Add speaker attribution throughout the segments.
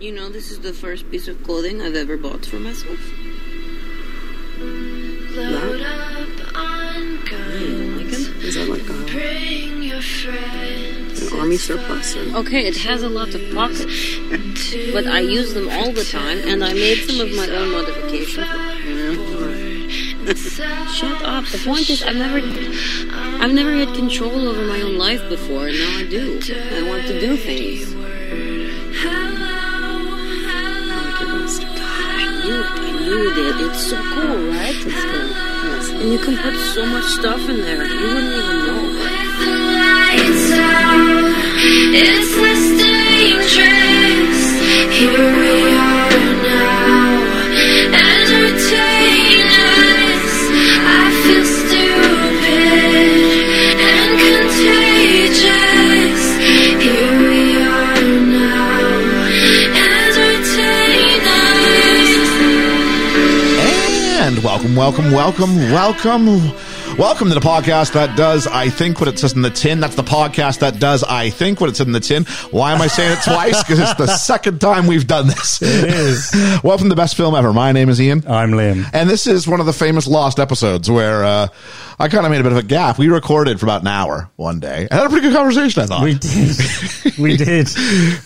Speaker 1: You know, this is the first piece of clothing I've ever bought for myself.
Speaker 2: Load up on guns.
Speaker 3: Is that like a,
Speaker 2: Bring your friends.
Speaker 3: an army surplus? Or?
Speaker 1: Okay, it has a lot of pockets, but I use them all the time, and I made some of my own modifications. Shut up. The point is, I've never, I've never had control over my own life before, and now I do. I want to do things. I knew it. I knew it. It's so cool, right? It's cool. And you can put so much stuff in there. You wouldn't even know.
Speaker 2: It's less dangerous. Here we are now, entertain us. I feel stupid and contagious. Here we are now, entertain us.
Speaker 4: And welcome, welcome, welcome, welcome, welcome to the podcast that does, I think, what it says in the tin. That's the podcast that does, I think, what it says in the tin. Why am I saying it twice? Because it's the second time we've done this.
Speaker 5: It is. Uh,
Speaker 4: welcome to the best film ever. My name is Ian.
Speaker 5: I'm Liam.
Speaker 4: And this is one of the famous lost episodes where uh, I kind of made a bit of a gap. We recorded for about an hour one day. I had a pretty good conversation, I thought.
Speaker 5: We did. we did.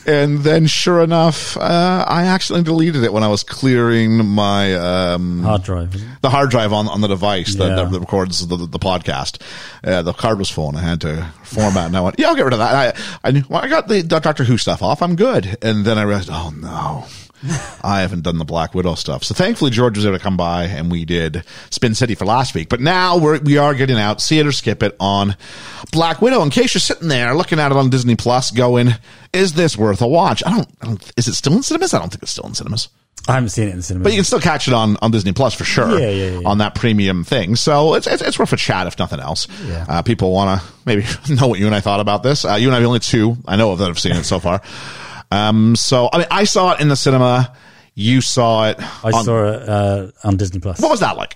Speaker 4: and then, sure enough, uh, I accidentally deleted it when I was clearing my um,
Speaker 5: Hard drive.
Speaker 4: the hard drive on on the device that,
Speaker 5: Yeah.
Speaker 4: that records the, the podcast. Uh, the card was full, and I had to format. And I went, "Yeah, I'll get rid of that." And I I, knew, well, I got the Doctor Who stuff off. I'm good. And then I realized, oh no. I haven't done the Black Widow stuff, so thankfully George was able to come by, and we did Spin City for last week. But now we're we are getting out, see it or skip it on Black Widow. In case you're sitting there looking at it on Disney Plus, going, "Is this worth a watch?" I don't. I don't is it still in cinemas? I don't think it's still in cinemas.
Speaker 5: I haven't seen it in cinema.
Speaker 4: But you can still catch it on, on Disney Plus for sure.
Speaker 5: Yeah, yeah, yeah.
Speaker 4: On that premium thing. So it's, it's, it's worth a chat if nothing else.
Speaker 5: Yeah.
Speaker 4: Uh, people want to maybe know what you and I thought about this. Uh, you and I are the only two I know of that have seen it so far. Um, so, I mean, I saw it in the cinema. You saw it.
Speaker 5: I saw it uh, on Disney Plus.
Speaker 4: What was that like?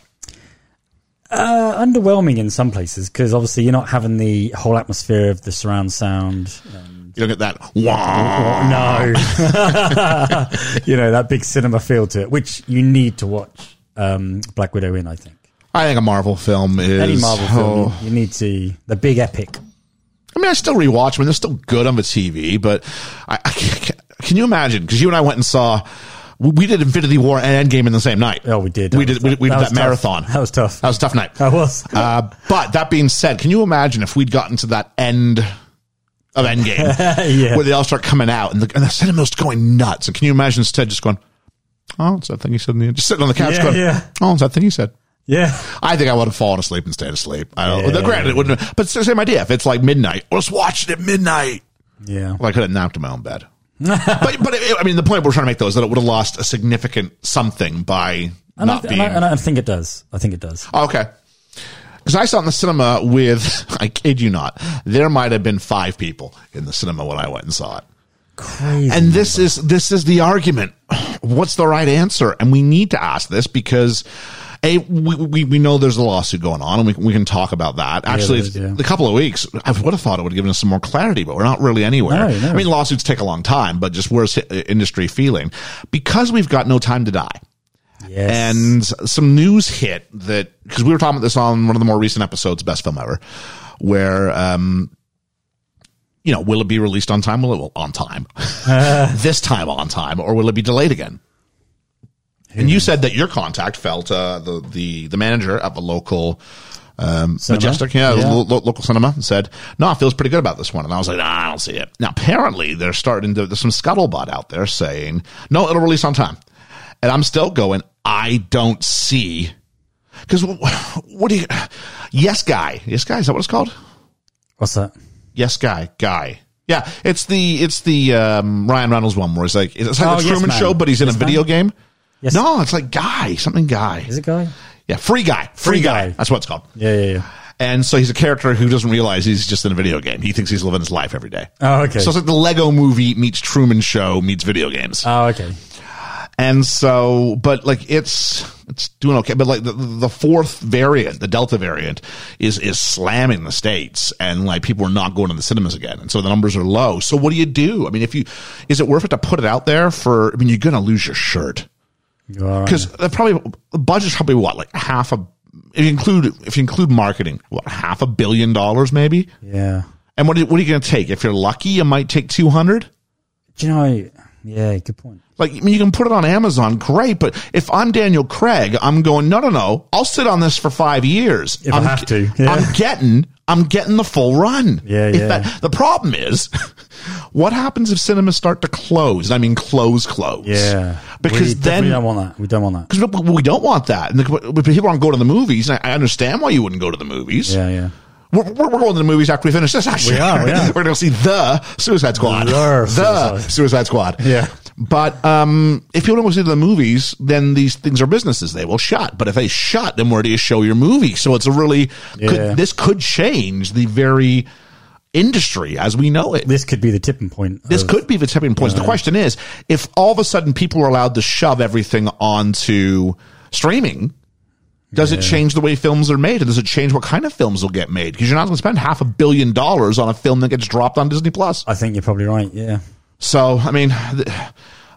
Speaker 5: Uh, underwhelming in some places because obviously you're not having the whole atmosphere of the surround sound.
Speaker 4: You don't get that. Wah.
Speaker 5: No, you know that big cinema feel to it, which you need to watch um, Black Widow in. I think
Speaker 4: I think a Marvel film is.
Speaker 5: any Marvel film,
Speaker 4: oh.
Speaker 5: you need to the big epic.
Speaker 4: I mean, I still rewatch them. and They're still good on the TV, but I, I can't, can you imagine? Because you and I went and saw. we- We did Infinity War and Endgame in the same night.
Speaker 5: Oh, we did.
Speaker 4: We did. We, we did
Speaker 5: was
Speaker 4: that
Speaker 5: tough.
Speaker 4: marathon.
Speaker 5: That was tough.
Speaker 4: That was a tough night.
Speaker 5: That was.
Speaker 4: Uh, but that being said, can you imagine if we'd gotten to that end of Endgame
Speaker 5: yeah.
Speaker 4: where they all start coming out and the, and the cinema's going nuts? And can you imagine instead just going, "Oh, it's that thing he said," in the end. just sitting on the couch
Speaker 5: Yeah,
Speaker 4: going,
Speaker 5: yeah.
Speaker 4: "Oh, it's that thing he said."
Speaker 5: yeah.
Speaker 4: I think I would have fallen asleep and stayed asleep. I don't.
Speaker 5: Yeah.
Speaker 4: Granted, it wouldn't. Have, but it's the same idea. If it's like midnight, let's watch it at midnight.
Speaker 5: Yeah.
Speaker 4: Well, I could have napped in my own bed. but but it, I mean, the point we're trying to make though is that it would have lost a significant something by
Speaker 5: And, I,
Speaker 4: not
Speaker 5: th-
Speaker 4: being. Oh,
Speaker 5: and, I, and I think it does. I think it does.
Speaker 4: Okay. Because I saw it in the cinema with, I kid you not, there might have been five people in the cinema when I went and saw it.
Speaker 5: Crazy.
Speaker 4: And this is this is the argument. What's the right answer? And we need to ask this because a we, we, we know there's a lawsuit going on, and we, we can talk about that. Actually,
Speaker 5: there is, yeah.
Speaker 4: it's a couple of weeks, I would have thought it would have given us some more clarity, but we're not really anywhere.
Speaker 5: No, no.
Speaker 4: I mean, lawsuits take a long time, but just where's hi- industry feeling because we've got no time to die
Speaker 5: yes.
Speaker 4: and some news hit that because we were talking about this on one of the more recent episodes, best film ever, where um, you know, will it be released on time? Will it well, on time this time on time, or will it be delayed again? And you said that your contact felt uh, the the the manager at the local. Um,
Speaker 5: Cinema?
Speaker 4: Majestic, yeah,
Speaker 5: Yeah.
Speaker 4: lo- lo- local cinema, and said, "No, it feels pretty good about this one." And I was like, nah, "I don't see it." Now, apparently, they're starting to. There's some scuttlebutt out there saying, "No, it'll release on time," and I'm still going. I don't see because what do you? Yes, guy. Yes, guy. Is that what it's called?
Speaker 5: What's that?
Speaker 4: Yes, guy, guy. Yeah, it's the it's the um, Ryan Reynolds one where it's like it's like
Speaker 5: Oh,
Speaker 4: the
Speaker 5: Yes
Speaker 4: Truman
Speaker 5: Man.
Speaker 4: Show, but he's in
Speaker 5: Yes
Speaker 4: a video
Speaker 5: Man?
Speaker 4: game.
Speaker 5: Yes.
Speaker 4: No, it's like guy something guy.
Speaker 5: Is it guy?
Speaker 4: Yeah, free guy, free,
Speaker 5: Free
Speaker 4: guy.
Speaker 5: Guy.
Speaker 4: That's what it's called.
Speaker 5: Yeah, yeah, yeah.
Speaker 4: And so he's a character who doesn't realize he's just in a video game. He thinks he's living his life every day.
Speaker 5: Oh, okay. Uh.
Speaker 4: So it's like the Lego Movie meets Truman Show meets video games.
Speaker 5: oh, okay.
Speaker 4: And so, but like it's it's doing okay. But like the, the fourth variant, the Delta variant, is is slamming the states, and like people are not going to the cinemas again, and so the numbers are low. So what do you do? I mean, if you is it worth it to put it out there for? I mean, you're going to lose your shirt because probably the budget's probably what like half a if you include if you include marketing, what half a billion dollars maybe.
Speaker 5: yeah.
Speaker 4: And what are, what are you going to take? If you're lucky, you might take two hundred.
Speaker 5: Do you know? Yeah, good point.
Speaker 4: Like, I mean, you can put it on Amazon, great. But if I'm Daniel Craig, I'm going, no, no, no. I'll sit on this for five years.
Speaker 5: If I
Speaker 4: I'm,
Speaker 5: have to, yeah.
Speaker 4: I'm getting, I'm getting the full run.
Speaker 5: Yeah,
Speaker 4: If
Speaker 5: yeah.
Speaker 4: the problem is, what happens if cinemas start to close? And I mean, close, close.
Speaker 5: Yeah,
Speaker 4: Because
Speaker 5: we
Speaker 4: then,
Speaker 5: we don't want that. We don't want that.
Speaker 4: because we don't want that. And the, but people aren't going to the movies. And I, I understand why you wouldn't go to the movies.
Speaker 5: Yeah, yeah.
Speaker 4: We're, we're, we're going to the movies after we finish this. Actually,
Speaker 5: We are, yeah.
Speaker 4: We're going to see the Suicide Squad.
Speaker 5: The
Speaker 4: the
Speaker 5: Suicide-
Speaker 4: Suicide Squad.
Speaker 5: Yeah.
Speaker 4: But um, if you don't go see the movies, then these things are businesses. They will shut. But if they shut, then where do you show your movie? So it's a really
Speaker 5: Yeah.
Speaker 4: could, this could change the very industry as we know it.
Speaker 5: This could be the tipping point.
Speaker 4: This
Speaker 5: of-
Speaker 4: could be the tipping point. The question is, if all of a sudden people are allowed to shove everything onto streaming, does it change the way films are made? And does it change what kind of films will get made? Because you're not going to spend half a billion dollars on a film that gets dropped on Disney Plus.
Speaker 5: I think you're probably right. Yeah,
Speaker 4: So, I mean, th-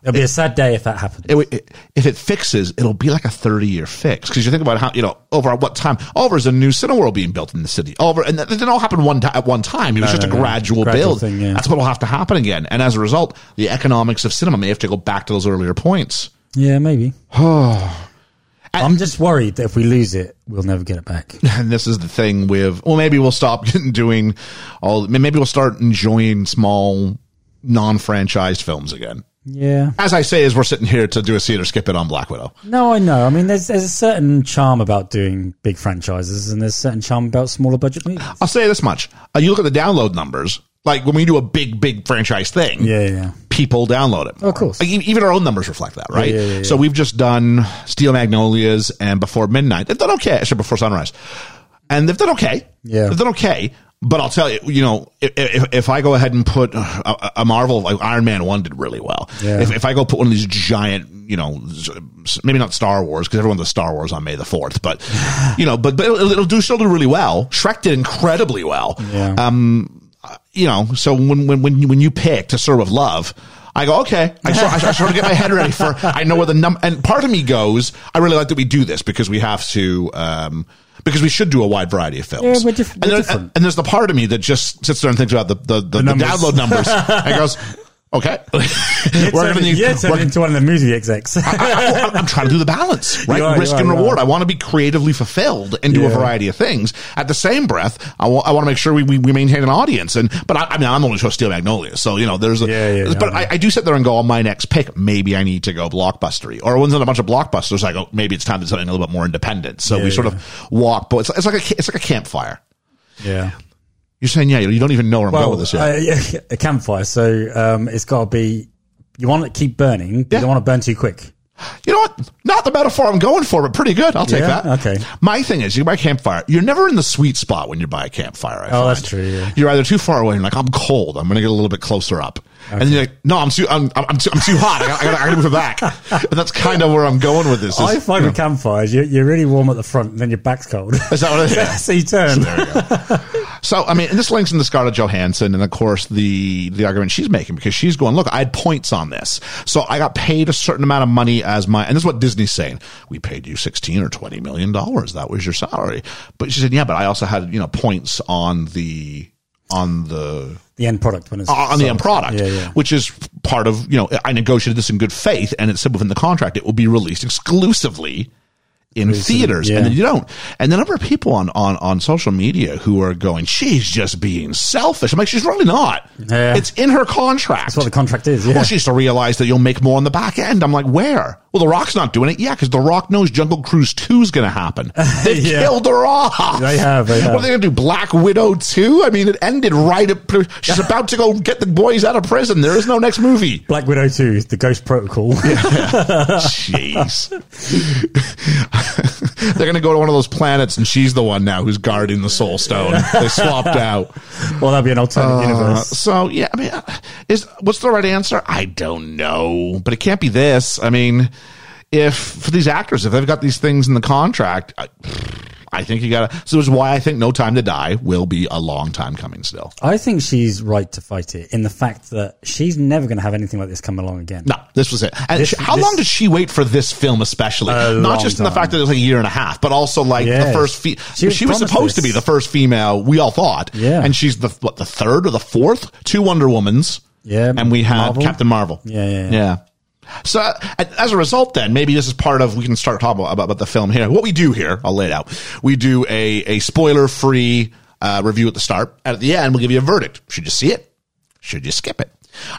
Speaker 5: it'll be a sad day if that happens.
Speaker 4: it, it, if it fixes, it'll be like a 30 year fix. Because you think about how, you know, over at what time, oh, there's a new Cineworld being built in the city. Over, and that didn't all happen one ti- at one time. It was just
Speaker 5: no,
Speaker 4: a
Speaker 5: no.
Speaker 4: gradual,
Speaker 5: Gradual
Speaker 4: build.
Speaker 5: thing, yeah.
Speaker 4: That's what will have to happen again. And as a result, the economics of cinema may have to go back to those earlier points.
Speaker 5: yeah, maybe. I'm just worried that if we lose it, we'll never get it back.
Speaker 4: And this is the thing with, well, maybe we'll stop doing all, maybe we'll start enjoying small, non franchised films again.
Speaker 5: Yeah.
Speaker 4: As I say, as we're sitting here to do a see it or skip it on Black Widow.
Speaker 5: No, I know. I mean, there's there's a certain charm about doing big franchises, and there's a certain charm about smaller budget movies.
Speaker 4: I'll say this much. Uh, you look at the download numbers. Like when we do a big, big franchise thing,
Speaker 5: Yeah, yeah.
Speaker 4: people download it.
Speaker 5: Oh, of course.
Speaker 4: Like, e- even our own numbers reflect that, right?
Speaker 5: yeah, yeah, yeah.
Speaker 4: So we've just done Steel Magnolias and Before Midnight. They've done okay. Actually, Before Sunrise. And they've done okay.
Speaker 5: Yeah.
Speaker 4: They've done okay. But I'll tell you, you know, if, if, if I go ahead and put a, a Marvel, like Iron Man 1 did really well.
Speaker 5: Yeah.
Speaker 4: If, if I go put one of these giant, you know, s- maybe not Star Wars, because everyone does Star Wars on May the 4th, but, you know, but, but it'll, it'll do still do really well. Shrek did incredibly well
Speaker 5: Yeah.
Speaker 4: Um, you know, so when when when you, when you pick to serve with love, I go okay. I sort, I sort of get my head ready for. I know where the number and part of me goes. I really like that we do this because we have to. um because we should do a wide variety of films.
Speaker 5: Yeah, we're diff-
Speaker 4: and,
Speaker 5: we're
Speaker 4: there-
Speaker 5: different.
Speaker 4: and there's the part of me that just sits there and thinks about the the, the, the
Speaker 5: numbers.
Speaker 4: download numbers and goes, okay,
Speaker 5: You're
Speaker 4: we're gonna
Speaker 5: turning-
Speaker 4: need,
Speaker 5: you're
Speaker 4: we're-
Speaker 5: turning into one of the movie execs.
Speaker 4: I, am trying to do the balance, right?
Speaker 5: You are,
Speaker 4: Risk
Speaker 5: you are,
Speaker 4: and
Speaker 5: you
Speaker 4: reward.
Speaker 5: are.
Speaker 4: I want to be creatively fulfilled and do a
Speaker 5: Yeah.
Speaker 4: variety of things. At the same breath, I want to make sure we, we, we maintain an audience. And but I, I mean, I'm only supposed to steal Magnolia, so you know, there's a.
Speaker 5: Yeah, yeah,
Speaker 4: but
Speaker 5: yeah.
Speaker 4: I, I do sit there and go, on my next pick, maybe I need to go blockbustery, or one's on a bunch of blockbusters. I go, maybe it's time to do something a little bit more independent. So
Speaker 5: Yeah,
Speaker 4: we sort
Speaker 5: yeah.
Speaker 4: of walk, but it's, it's like a ca- it's like a campfire.
Speaker 5: yeah.
Speaker 4: You're saying, yeah, you don't even know where I'm going
Speaker 5: Well,
Speaker 4: with this yet.
Speaker 5: uh, yeah, a campfire. So um, it's got to be. You want it to keep burning, but
Speaker 4: Yeah.
Speaker 5: you don't want to burn too quick.
Speaker 4: You know what? Not the metaphor I'm going for, but pretty good. I'll take
Speaker 5: Yeah?
Speaker 4: that.
Speaker 5: Okay.
Speaker 4: My thing is, you buy a campfire. You're never in the sweet spot when you buy a campfire. I
Speaker 5: Oh,
Speaker 4: find.
Speaker 5: that's true, yeah.
Speaker 4: You're either too far away and you're like, I'm cold. I'm going to get a little bit closer up. And then you're like, no, I'm too, I'm, I'm too, I'm too hot. I got, I got, I got to move it back. And that's kind of where I'm going with this. Is,
Speaker 5: Oh, I find with campfires, you, you're really warm at the front, and then your back's cold.
Speaker 4: is that what it is?
Speaker 5: so you turn.
Speaker 4: So I mean, and this links into Scarlett Johansson, and of course the the argument she's making because she's going, look, I had points on this, so I got paid a certain amount of money as my, and this is what Disney's saying: we paid you sixteen or twenty million dollars, that was your salary. But she said, yeah, but I also had you know points on the on the
Speaker 5: The end product when it's
Speaker 4: Uh, on the end
Speaker 5: sold.
Speaker 4: product,
Speaker 5: Yeah, yeah.
Speaker 4: which is part of you know I negotiated this in good faith, and it said within the contract it will be released exclusively in theaters,
Speaker 5: yeah.
Speaker 4: and then you don't. And the number of people on on on social media who are going, she's just being selfish. I'm like, she's really not.
Speaker 5: Yeah.
Speaker 4: It's in her contract.
Speaker 5: That's what the contract is. Yeah.
Speaker 4: Well, she used to realize that you'll make more on the back end. I'm like, where? Well, The Rock's not doing it. Yeah, because The Rock knows Jungle Cruise 2 is going to happen. They
Speaker 5: Yeah.
Speaker 4: killed The Rock.
Speaker 5: They have, they
Speaker 4: What are
Speaker 5: have.
Speaker 4: they going to do? Black Widow 2? I mean, it ended right at. She's about to go get the boys out of prison. There is no next movie.
Speaker 5: Black Widow 2, The Ghost Protocol.
Speaker 4: Jeez. They're going to go to one of those planets, and she's the one now who's guarding the Soul Stone. They swapped out.
Speaker 5: well, that'd be an alternate
Speaker 4: Uh,
Speaker 5: universe.
Speaker 4: so yeah, I mean, uh, is what's the right answer? I don't know, but it can't be this. I mean, if for these actors, if they've got these things in the contract, I, I think you gotta. So this is why I think No Time to Die will be a long time coming still.
Speaker 5: I think she's right to fight it in the fact that she's never going to have anything like this come along again.
Speaker 4: No, this was it. And
Speaker 5: This-
Speaker 4: sh- how
Speaker 5: this-
Speaker 4: long did she wait for this film, especially?
Speaker 5: A
Speaker 4: Not
Speaker 5: long
Speaker 4: just in the
Speaker 5: time.
Speaker 4: fact that it was like a year and a half, but also like the
Speaker 5: Yes.
Speaker 4: first. Fe- she
Speaker 5: She
Speaker 4: was,
Speaker 5: was promised
Speaker 4: supposed to
Speaker 5: this.
Speaker 4: be the first female. We all thought.
Speaker 5: Yeah.
Speaker 4: and she's the what the third or the fourth two Wonder Womans.
Speaker 5: Yeah,
Speaker 4: and we had
Speaker 5: Marvel.
Speaker 4: Captain Marvel.
Speaker 5: Yeah, yeah, yeah.
Speaker 4: So uh, as a result, then maybe this is part of we can start talking about, about, about the film here. What we do here, I'll lay it out. We do a a spoiler free uh, review at the start. At the end, we'll give you a verdict. Should you see it? Should you skip it?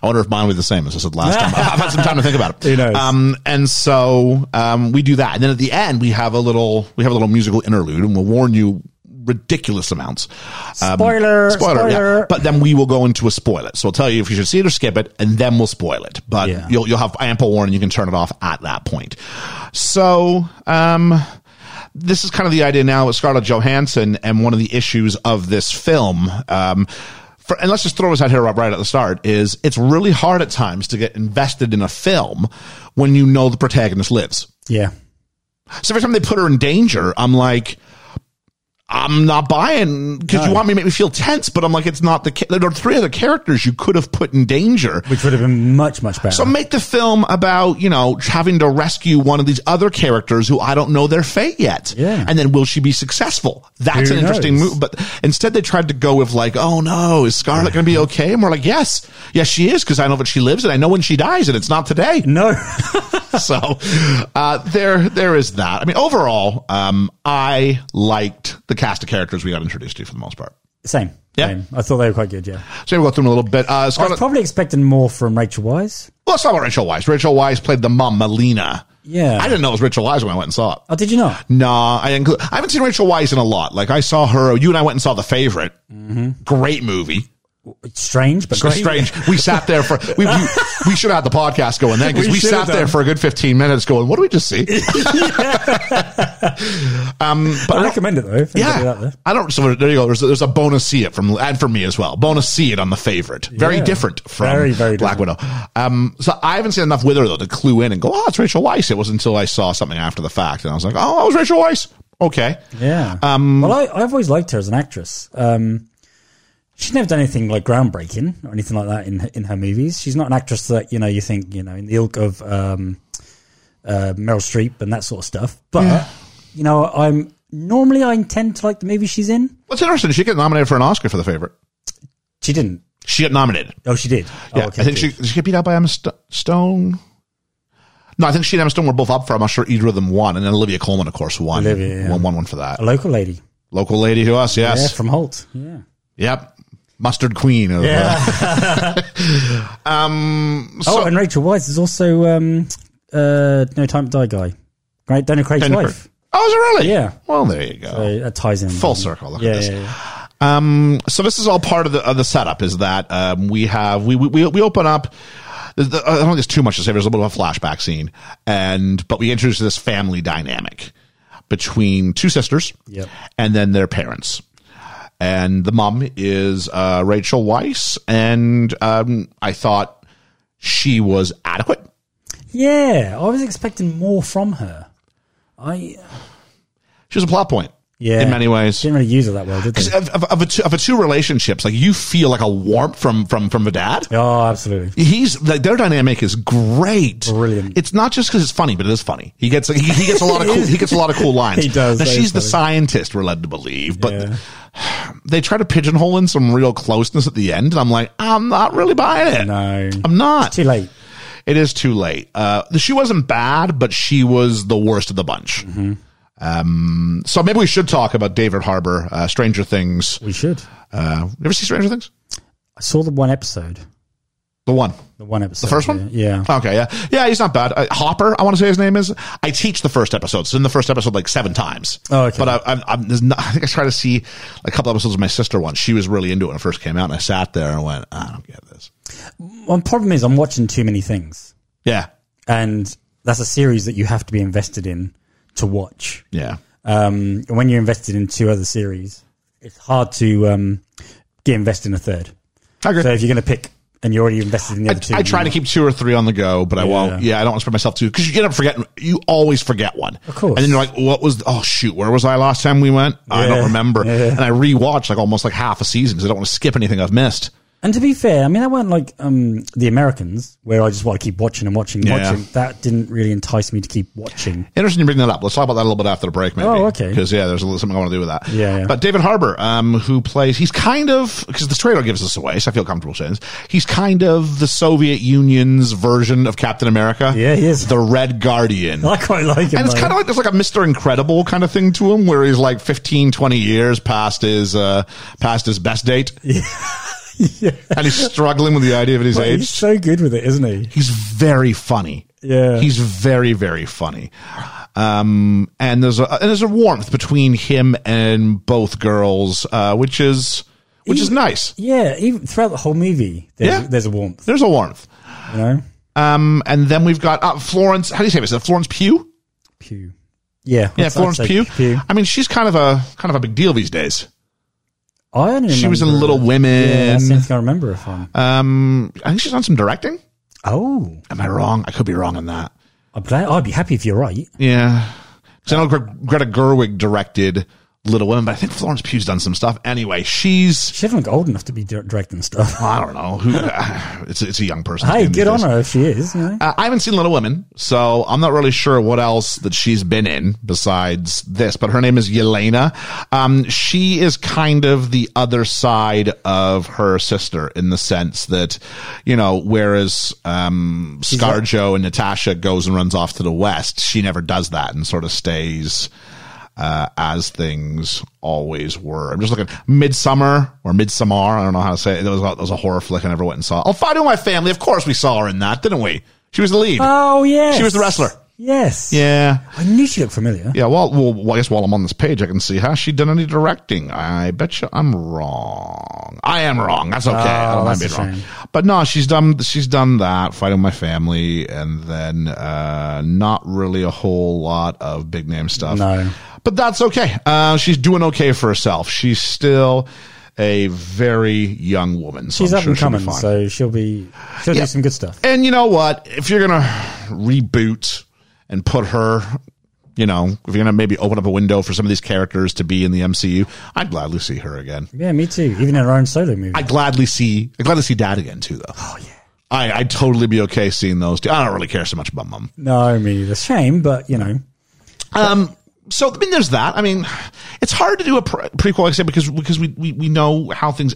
Speaker 4: I wonder if mine will be the same as I said last time. I've had some time to think about it.
Speaker 5: Who knows?
Speaker 4: Um, and so um, we do that, and then at the end we have a little we have a little musical interlude, and we'll warn you ridiculous amounts. Um,
Speaker 5: Spoiler, spoiler.
Speaker 4: But then we will go into a spoil it. So we'll tell you if you should see it or skip it, and then we'll spoil it. But
Speaker 5: Yeah.
Speaker 4: you'll you'll have ample warning. You can turn it off at that point. So. Um, this is kind of the idea now with Scarlett Johansson and one of the issues of this film. Um, for, and let's just throw this out here Rob, right at the start is it's really hard at times to get invested in a film when you know the protagonist lives.
Speaker 5: Yeah.
Speaker 4: So every time they put her in danger, I'm like, I'm not buying because you
Speaker 5: No.
Speaker 4: want me to make me feel tense, but I'm like, it's not the ca- there are three other characters you could have put in danger.
Speaker 5: Which would have been much, much better.
Speaker 4: So make the film about, you know, having to rescue one of these other characters who I don't know their fate yet.
Speaker 5: Yeah.
Speaker 4: And then will she be successful? That's
Speaker 5: Who
Speaker 4: an interesting
Speaker 5: knows?
Speaker 4: move. But instead they tried to go with like, oh no, is Scarlett going to be okay? And we're like, yes, yes, she is. Cause I know that she lives and I know when she dies and it's not today.
Speaker 5: no.
Speaker 4: so, uh, there, there is that. I mean, overall, um, I liked the cast of characters we got introduced to for the most part.
Speaker 5: Same.
Speaker 4: Yeah.
Speaker 5: Same. I thought they were quite good, yeah.
Speaker 4: So we'll go through them a little bit. Uh,
Speaker 5: I was
Speaker 4: Scarlett,
Speaker 5: probably expecting more from Rachel Wise.
Speaker 4: well, let's talk about Rachel Weisz. Rachel Weisz played the mom, Melina.
Speaker 5: Yeah.
Speaker 4: I didn't know it was Rachel Weisz when I went and saw it.
Speaker 5: Oh, did you not?
Speaker 4: Nah, I include. I haven't seen Rachel Weisz in a lot. Like I saw her. You and I went and saw The Favorite. Great movie.
Speaker 5: It's strange, but
Speaker 4: It was
Speaker 5: Mm-hmm. great.
Speaker 4: strange. We sat there for. We we, we should have had the podcast going then because we,
Speaker 5: We should
Speaker 4: sat
Speaker 5: have
Speaker 4: there
Speaker 5: done.
Speaker 4: for a good fifteen minutes going. What do we just see? um, but
Speaker 5: I
Speaker 4: I don't-
Speaker 5: recommend it though. if anybody out
Speaker 4: yeah,
Speaker 5: there.
Speaker 4: I don't. So there you go. There's, there's a bonus see it from and for me as well. Bonus see it on the favorite. Very
Speaker 5: Yeah.
Speaker 4: different from
Speaker 5: Very, very
Speaker 4: Black
Speaker 5: different.
Speaker 4: Widow. Um, so I haven't seen enough with her though to clue in and go, oh, it's Rachel Weisz. It was until I saw something after the fact and I was like, oh, it was Rachel Weisz. Okay.
Speaker 5: Yeah.
Speaker 4: Um,
Speaker 5: well, I, I've always liked her as an actress. Um, she's never done anything like groundbreaking or anything like that in her- in her movies. She's not an actress that you know you think you know in the ilk of um, uh, Meryl Streep and that sort of stuff. But you know, I'm normally I intend to like the movie she's in.
Speaker 4: What's interesting, she got nominated for an Oscar for the favorite.
Speaker 5: She didn't.
Speaker 4: She got nominated.
Speaker 5: Oh, she did.
Speaker 4: Yeah,
Speaker 5: oh,
Speaker 4: I think she,
Speaker 5: good.
Speaker 4: she got beat out by Emma St- Stone. No, I think she and Emma Stone were both up for. it. I'm not sure either of them won, and then Olivia Coleman, of course, won.
Speaker 5: Olivia, yeah.
Speaker 4: won, won one for that
Speaker 5: a local lady.
Speaker 4: local lady to us. Yes,
Speaker 5: Yeah, from Holt. Yeah.
Speaker 4: Yep. Mustard Queen. Of, uh, Um,
Speaker 5: oh, and Rachel Weisz is also um, uh, No Time to Die guy. Great, Daniel Craig's
Speaker 4: Jennifer.
Speaker 5: wife.
Speaker 4: Oh, is it really?
Speaker 5: Yeah.
Speaker 4: Well, there you go.
Speaker 5: Uh, that ties in.
Speaker 4: Oh. Full circle, look at
Speaker 5: yeah,
Speaker 4: this.
Speaker 5: yeah, yeah.
Speaker 4: so this is all part of the of the setup is that um, we have we we- we we open up. there's the- I don't think there's too much to say. There's a little bit of a flashback scene, and but we introduce this family dynamic between two sisters,
Speaker 5: Yep.
Speaker 4: and then their parents. And the mom is uh, Rachel Weiss, and um, I thought she was adequate.
Speaker 5: Yeah, I was expecting more from her. I
Speaker 4: She was a plot point,
Speaker 5: yeah,
Speaker 4: in many ways.
Speaker 5: didn't really use it that well, did they?
Speaker 4: Of, of, of, a two, of a two relationships, like you feel like a warmth from from from the dad.
Speaker 5: Oh, absolutely.
Speaker 4: he's like their dynamic is great.
Speaker 5: Brilliant.
Speaker 4: It's not just because it's funny, but it is funny. He gets he, he gets a lot of cool, he gets a lot of cool lines.
Speaker 5: He does,
Speaker 4: Now,
Speaker 5: that
Speaker 4: she's
Speaker 5: is
Speaker 4: the
Speaker 5: funny.
Speaker 4: scientist we're led to believe, but
Speaker 5: Yeah.
Speaker 4: they try to pigeonhole in some real closeness at the end, and I'm like, I'm not really buying it.
Speaker 5: No,
Speaker 4: I'm not.
Speaker 5: too late.
Speaker 4: It is too late. Uh, she wasn't bad, but she was the worst of the bunch.
Speaker 5: Mm-hmm.
Speaker 4: Um, so maybe we should talk about David Harbour, uh, Stranger Things.
Speaker 5: We should.
Speaker 4: Uh, you ever see Stranger Things?
Speaker 5: I saw the one episode.
Speaker 4: The one.
Speaker 5: The one episode.
Speaker 4: The first one?
Speaker 5: Yeah.
Speaker 4: Okay, yeah. Yeah, he's not bad. Uh, Hopper, I want to say his name is. I teach the first episode. So in the first episode, like seven times.
Speaker 5: Oh, okay.
Speaker 4: But I, I'm, I'm, there's not, I think I tried to see a couple episodes of my sister once. She was really into it when it first came out. And I sat there and went, I don't get this.
Speaker 5: My problem is I'm watching too many things,
Speaker 4: Yeah.
Speaker 5: and that's a series that you have to be invested in to watch.
Speaker 4: Yeah.
Speaker 5: Um, and when you're invested in two other series, it's hard to um, get invested in a third.
Speaker 4: I agree.
Speaker 5: So if you're going to pick, and you're already invested in the other two,
Speaker 4: I, I try to keep two or three on the go, but I won't. Yeah, I don't want to spread myself too because you end up forgetting. You always forget one, of
Speaker 5: course.
Speaker 4: And then you're like, "What was? Oh shoot, where was I last time we went? I
Speaker 5: Yeah.
Speaker 4: don't remember."
Speaker 5: Yeah.
Speaker 4: And I rewatch like almost like half a season because I don't want to skip anything I've missed.
Speaker 5: And to be fair, I mean, I weren't like um, the Americans, where I just want to keep watching and watching and
Speaker 4: Yeah.
Speaker 5: watching. That didn't really entice me to keep watching.
Speaker 4: Interesting you bring that up. Let's talk about that a little bit after the break, maybe.
Speaker 5: Oh, okay.
Speaker 4: Because yeah, there's a little something I want to do with that.
Speaker 5: Yeah, yeah.
Speaker 4: But David Harbour, um, who plays, he's kind of because the trailer gives this away, so I feel comfortable saying this. He's kind of the Soviet Union's version of Captain America.
Speaker 5: Yeah, he is.
Speaker 4: the Red Guardian.
Speaker 5: I quite like him.
Speaker 4: and it's
Speaker 5: though.
Speaker 4: kind of like there's like a Mr. Incredible kind of thing to him where he's like 15, 20 years past his, uh, past his best date. And he's struggling with the idea of his
Speaker 5: But
Speaker 4: age.
Speaker 5: he's so good with it, isn't he?
Speaker 4: He's very funny.
Speaker 5: Yeah.
Speaker 4: He's very, very funny. Um, and there's a, and there's a warmth between him and both girls, uh, which is, which is nice.
Speaker 5: Yeah, even throughout the whole movie, there's,
Speaker 4: Yeah.
Speaker 5: there's a warmth,
Speaker 4: There's a warmth.
Speaker 5: you know.
Speaker 4: Um, and then we've got, uh, Florence, how do you say this? Is it Florence Pugh?
Speaker 5: Pew. Yeah,
Speaker 4: Yeah,
Speaker 5: I'd- I'd
Speaker 4: Florence
Speaker 5: say
Speaker 4: Pugh. I mean, she's kind of a, kind of a big deal these days.
Speaker 5: I don't
Speaker 4: She was in
Speaker 5: remember-
Speaker 4: Little
Speaker 5: Yeah,
Speaker 4: Women.
Speaker 5: that's the only thing I remember her from.
Speaker 4: Um, I think she's done some directing.
Speaker 5: oh,
Speaker 4: Am I wrong? I could be wrong on that.
Speaker 5: I'm glad. I'd be happy if you're right.
Speaker 4: Yeah, because I know Gre- Greta Gerwig directed Little Women, but I think Florence Pugh's done some stuff. Anyway, she's
Speaker 5: She hasn't got old enough to be dir- directing stuff.
Speaker 4: I don't know who. it's it's a young person.
Speaker 5: hey,
Speaker 4: These
Speaker 5: good on
Speaker 4: days.
Speaker 5: her if she is. You know?
Speaker 4: Uh, I haven't seen Little Women, so I'm not really sure what else that she's been in besides this, but her name is Yelena. Um, she is kind of the other side of her sister in the sense that, you know, whereas, um, Scarjo and Natasha goes and runs off to the West, she never does that and sort of stays, uh, as things always were. I'm just looking Midsummer or Midsummer. I don't know how to say it. There was, a, there was a horror flick I never went and saw. I'll find out my family. Of course, we saw her in that, didn't we? She was the lead.
Speaker 5: oh yes,
Speaker 4: She was the wrestler.
Speaker 5: Yes.
Speaker 4: yeah,
Speaker 5: I knew she looked familiar.
Speaker 4: yeah. Well, well, well, I guess while I'm on this page, I can see has she done any directing? I bet you I'm wrong. I am wrong. That's okay. I don't mind being
Speaker 5: Oh, that's a
Speaker 4: wrong.
Speaker 5: shame.
Speaker 4: But no, she's done. She's done that. Fighting my family, and then uh, not really a whole lot of big name stuff.
Speaker 5: No.
Speaker 4: But that's okay. Uh, she's doing okay for herself. She's still a very young woman. So
Speaker 5: She's
Speaker 4: I'm
Speaker 5: up
Speaker 4: sure
Speaker 5: and
Speaker 4: she'll be
Speaker 5: coming,
Speaker 4: fine.
Speaker 5: so she'll be she'll
Speaker 4: Yeah.
Speaker 5: do some good stuff.
Speaker 4: And you know what? If you're gonna reboot and put her, you know, if you're gonna maybe open up a window for some of these characters to be in the MCU, I'd gladly see her again.
Speaker 5: Yeah, me too. Even in her own solo movie.
Speaker 4: I'd gladly see I'd gladly see Dad again too, though. Oh yeah. I, I'd totally be okay seeing those two. I don't really care so much about Mum.
Speaker 5: no, me neither. Shame, but you know,
Speaker 4: Um, so I mean, there's that. I mean, it's hard to do a pre- prequel, except because because we, we we know how things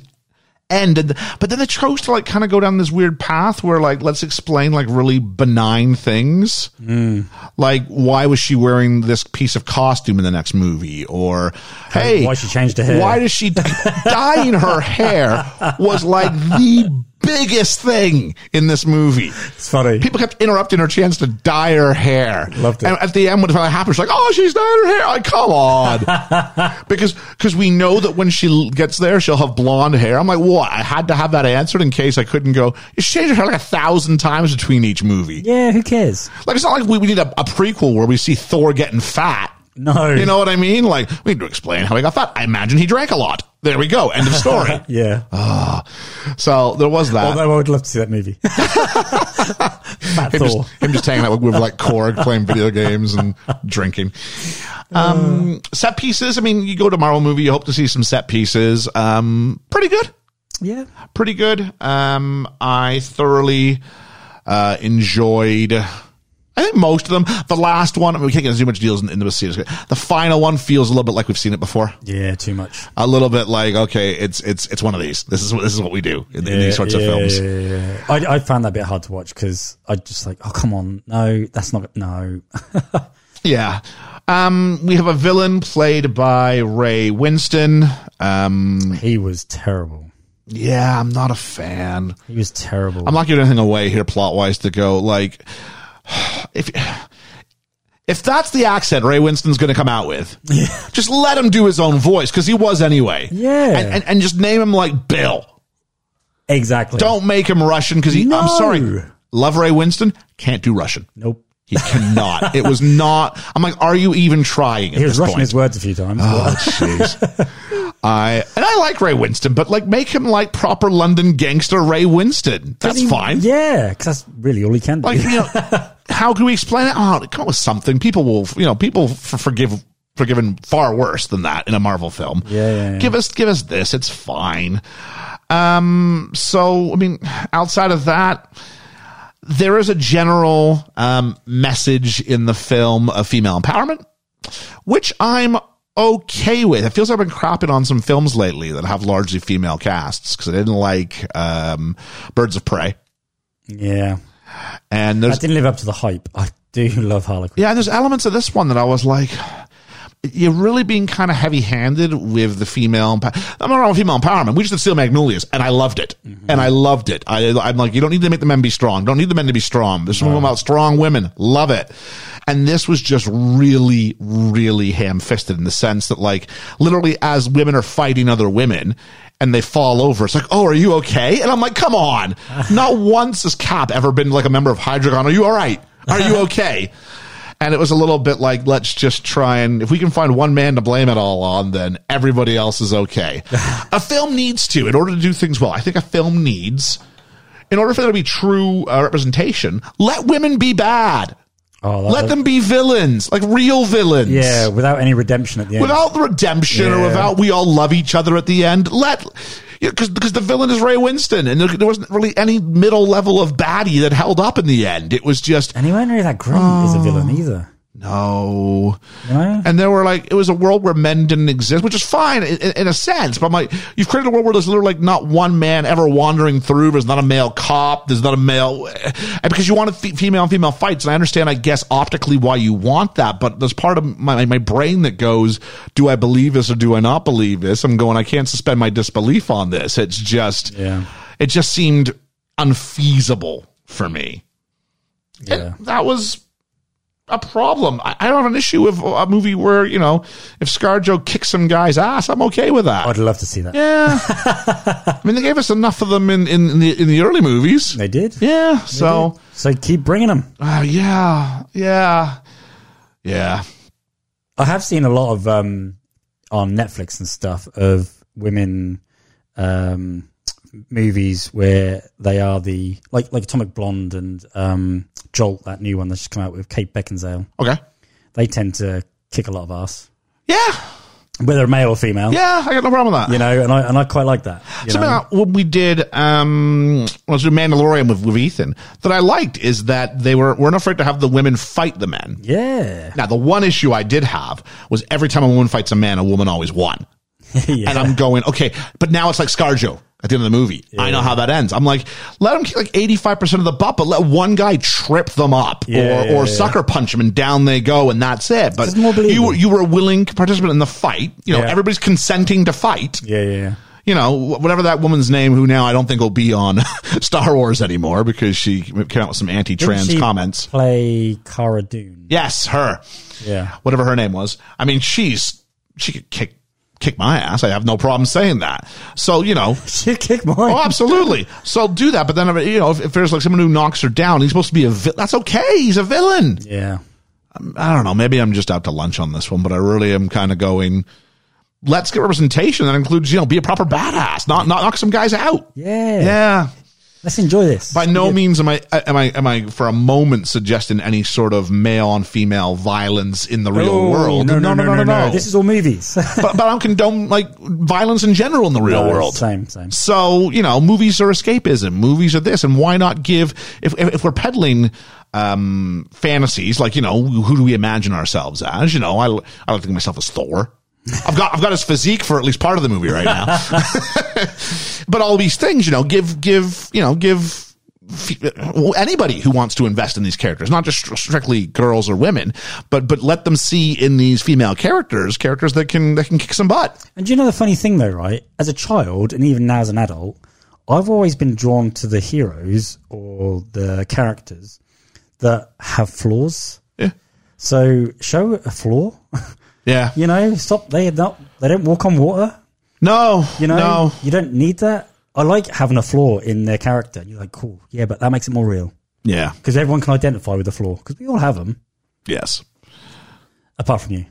Speaker 4: ended. But then they chose to like kind of go down this weird path where like let's explain like really benign things,
Speaker 5: Hmm.
Speaker 4: like why was she wearing this piece of costume in the next movie, or hey,
Speaker 5: why she changed her hair.
Speaker 4: why does she dyeing her hair was like the biggest thing in this movie.
Speaker 5: it's funny.
Speaker 4: People kept interrupting her chance to dye her hair.
Speaker 5: Loved it.
Speaker 4: And at the end, when it finally happened, she's like, "Oh, she's dyed her hair." Like, come on, because because we know that when she l- gets there, she'll have blonde hair. I'm like, what? I had to have that answered in case I couldn't go. She changed her hair like a thousand times between each movie.
Speaker 5: yeah, who cares?
Speaker 4: Like, it's not like we, we need a, a prequel where we see Thor getting fat.
Speaker 5: No.
Speaker 4: You know what I mean? Like, we need to explain how he got fat. I imagine he drank a lot. There we go. End of story. Ah.
Speaker 5: Yeah.
Speaker 4: Uh, So there was that.
Speaker 5: Although I would love to see that movie. Fat
Speaker 4: him
Speaker 5: Thor.
Speaker 4: just, him just hanging out with, with like Korg playing video games and drinking. Um, set pieces. I mean, you go to Marvel movie, you hope to see some set pieces. Um, pretty good,
Speaker 5: Yeah.
Speaker 4: pretty good. Um, I thoroughly uh, enjoyed. I think most of them. The last one, I mean, we can't get into too much deals in, in the series. The final one feels a little bit like we've seen it before.
Speaker 5: Yeah, too much.
Speaker 4: A little bit like okay, it's it's it's one of these. This is what this is what we do in, in
Speaker 5: Yeah,
Speaker 4: these sorts
Speaker 5: yeah,
Speaker 4: of films.
Speaker 5: yeah, yeah. I, I found that a bit hard to watch because I just like, oh, come on. No, that's not, no.
Speaker 4: Yeah. Um, we have a villain played by Ray Winston. Um,
Speaker 5: He was terrible.
Speaker 4: yeah, I'm not a fan.
Speaker 5: He was terrible.
Speaker 4: I'm not giving anything away here plot wise to go like if if that's the accent Ray Winston's going to come out with, just let him do his own voice because he was anyway.
Speaker 5: Yeah.
Speaker 4: and, and and just name him like Bill.
Speaker 5: exactly.
Speaker 4: Don't make him Russian because he. I'm
Speaker 5: No.
Speaker 4: sorry, love Ray Winston can't do Russian.
Speaker 5: Nope.
Speaker 4: He cannot. it was not. I'm like, are you even trying? At
Speaker 5: He was
Speaker 4: this
Speaker 5: rushing
Speaker 4: point?
Speaker 5: his words a few times.
Speaker 4: Oh jeez. I and I like Ray Winston, but like make him like proper London gangster Ray Winston. That's fine.
Speaker 5: Yeah, because that's really all he can do.
Speaker 4: Like you know, how can we explain it? Oh, come up with something. People will, you know, people f- forgive forgiven far worse than that in a Marvel film.
Speaker 5: Yeah, yeah, yeah.
Speaker 4: Give us give us this. It's fine. Um. So I mean, outside of that. There is a general um, message in the film of female empowerment which I'm okay with. It feels like I've been crapping on some films lately that have largely female casts because I didn't like um, Birds of Prey.
Speaker 5: yeah.
Speaker 4: And
Speaker 5: I
Speaker 4: there's
Speaker 5: didn't live up to the hype. I do love Harlequin.
Speaker 4: yeah, and there's elements of this one that I was like, you're really being kind of heavy-handed with the female. Empower- I'm not wrong with female empowerment. We just did Steel Magnolias, and I loved it, and I loved it. I, I'm like, you don't need to make the men be strong. Don't need the men to be strong. This is a film about strong women. Love it. And this was just really, really ham-fisted in the sense that, like, literally, as women are fighting other women. And they fall over. It's like, oh, are you okay? And I'm like, come on. Not once has Cap ever been like a member of Hydreigon. Are you all right? Are you okay? And it was a little bit like, let's just try and if we can find one man to blame it all on, then everybody else is okay. a film needs to, in order to do things well. I think a film needs, in order for there to be true uh, representation, let women be bad.
Speaker 5: Oh, that-
Speaker 4: Let them be villains, like real villains.
Speaker 5: Yeah, without any redemption at the end.
Speaker 4: Without the redemption or
Speaker 5: Yeah.
Speaker 4: without we all love each other at the end, let because because the villain is Ray Winston, and there, there wasn't really any middle level of baddie that held up in the end. It was just
Speaker 5: and he wasn't really that great as
Speaker 4: Oh.
Speaker 5: a villain either.
Speaker 4: no,
Speaker 5: You know?
Speaker 4: and there were like, it was a world where men didn't exist, which is fine in, in- in a sense. But I'm like, you've created a world where there's literally like not one man ever wandering through. There's not a male cop. There's not a male. And because you want a fe- female and female fights. And I understand, I guess, optically why you want that. But there's part of my, my brain that goes, do I believe this or do I not believe this? I'm going, I can't suspend my disbelief on this. It's just,
Speaker 5: Yeah.
Speaker 4: it just seemed unfeasible for me
Speaker 5: yeah.
Speaker 4: that was a problem. I, I don't have an issue with a movie where you know if ScarJo kicks some guy's ass, I'm okay with that.
Speaker 5: I'd love to see that.
Speaker 4: yeah, I mean they gave us enough of them in in, in the in the early movies.
Speaker 5: They did.
Speaker 4: Yeah, so
Speaker 5: So keep bringing them.
Speaker 4: uh, yeah, yeah, yeah.
Speaker 5: I have seen a lot of um, on Netflix and stuff of women um, movies where they are the like like Atomic Blonde and um, Jolt, that new one that's just come out with Kate Beckinsale.
Speaker 4: Okay,
Speaker 5: They tend to kick a lot of ass,
Speaker 4: yeah,
Speaker 5: whether male or female.
Speaker 4: yeah. I got no problem with that.
Speaker 5: You know, and I and I quite like that. you
Speaker 4: Something
Speaker 5: know?
Speaker 4: about what we did um, when I was doing Mandalorian with, with Ethan that I liked is that they were weren't afraid to have the women fight the men.
Speaker 5: Yeah.
Speaker 4: Now, the one issue I did have was every time a woman fights a man, a woman always won.
Speaker 5: Yeah.
Speaker 4: And I'm going, okay, but now it's like ScarJo at the end of the movie. I know how that ends. I'm like, let him kick like 85% of the butt, but let one guy trip them up
Speaker 5: Yeah,
Speaker 4: or,
Speaker 5: yeah,
Speaker 4: or
Speaker 5: yeah.
Speaker 4: sucker punch them and down they go and that's it. But
Speaker 5: It's more believable.
Speaker 4: you were, you were a willing participant in the fight. You know,
Speaker 5: Yeah.
Speaker 4: everybody's consenting to fight.
Speaker 5: yeah, yeah, yeah.
Speaker 4: You know, wh- whatever that woman's name, who now I don't think will be on Star Wars anymore because she came out with some
Speaker 5: Didn't
Speaker 4: anti-trans
Speaker 5: she
Speaker 4: comments.
Speaker 5: Play Cara Dune.
Speaker 4: Yes, her
Speaker 5: Yeah.
Speaker 4: whatever her name was. I mean, she's she could kick kick my ass. I have no problem saying that. So you know.
Speaker 5: She kick mine.
Speaker 4: Oh, absolutely. So do that, but then you know, if, if there's like someone who knocks her down, he's supposed to be a vi- that's okay. He's a villain.
Speaker 5: yeah.
Speaker 4: I don't know. Maybe I'm just out to lunch on this one, but I really am kind of going. Let's get representation that includes you know be a proper badass, not not knock some guys out.
Speaker 5: Yeah.
Speaker 4: Yeah.
Speaker 5: Let's enjoy this.
Speaker 4: By no means am I am I am I for a moment suggesting any sort of male on female violence in the real
Speaker 5: Oh,
Speaker 4: world.
Speaker 5: No no no, no, no, This is all movies.
Speaker 4: but, but I don't condone like violence in general in the real
Speaker 5: No,
Speaker 4: world.
Speaker 5: Same, same.
Speaker 4: So you know, movies are escapism. Movies are this, and why not give if if, if we're peddling um fantasies like you know who do we imagine ourselves as? You know, I I don't think of myself as Thor. I've got I've got his physique for at least part of the movie right now. but all these things, you know, give give you know give anybody who wants to invest in these characters, not just stri- strictly girls or women, but but let them see in these female characters characters that can that can kick some butt.
Speaker 5: And do you know the funny thing though, right? As a child, and even now as an adult, I've always been drawn to the heroes or the characters that have flaws.
Speaker 4: Yeah.
Speaker 5: So show a flaw,
Speaker 4: Yeah.
Speaker 5: you know. Stop. They not. They don't walk on water.
Speaker 4: No.
Speaker 5: You know.
Speaker 4: No.
Speaker 5: You don't need that. I like having a flaw in their character. You're like, cool, yeah, but that makes it more real
Speaker 4: Yeah.
Speaker 5: because everyone can identify with the flaw because we all have them,
Speaker 4: Yes.
Speaker 5: apart from you.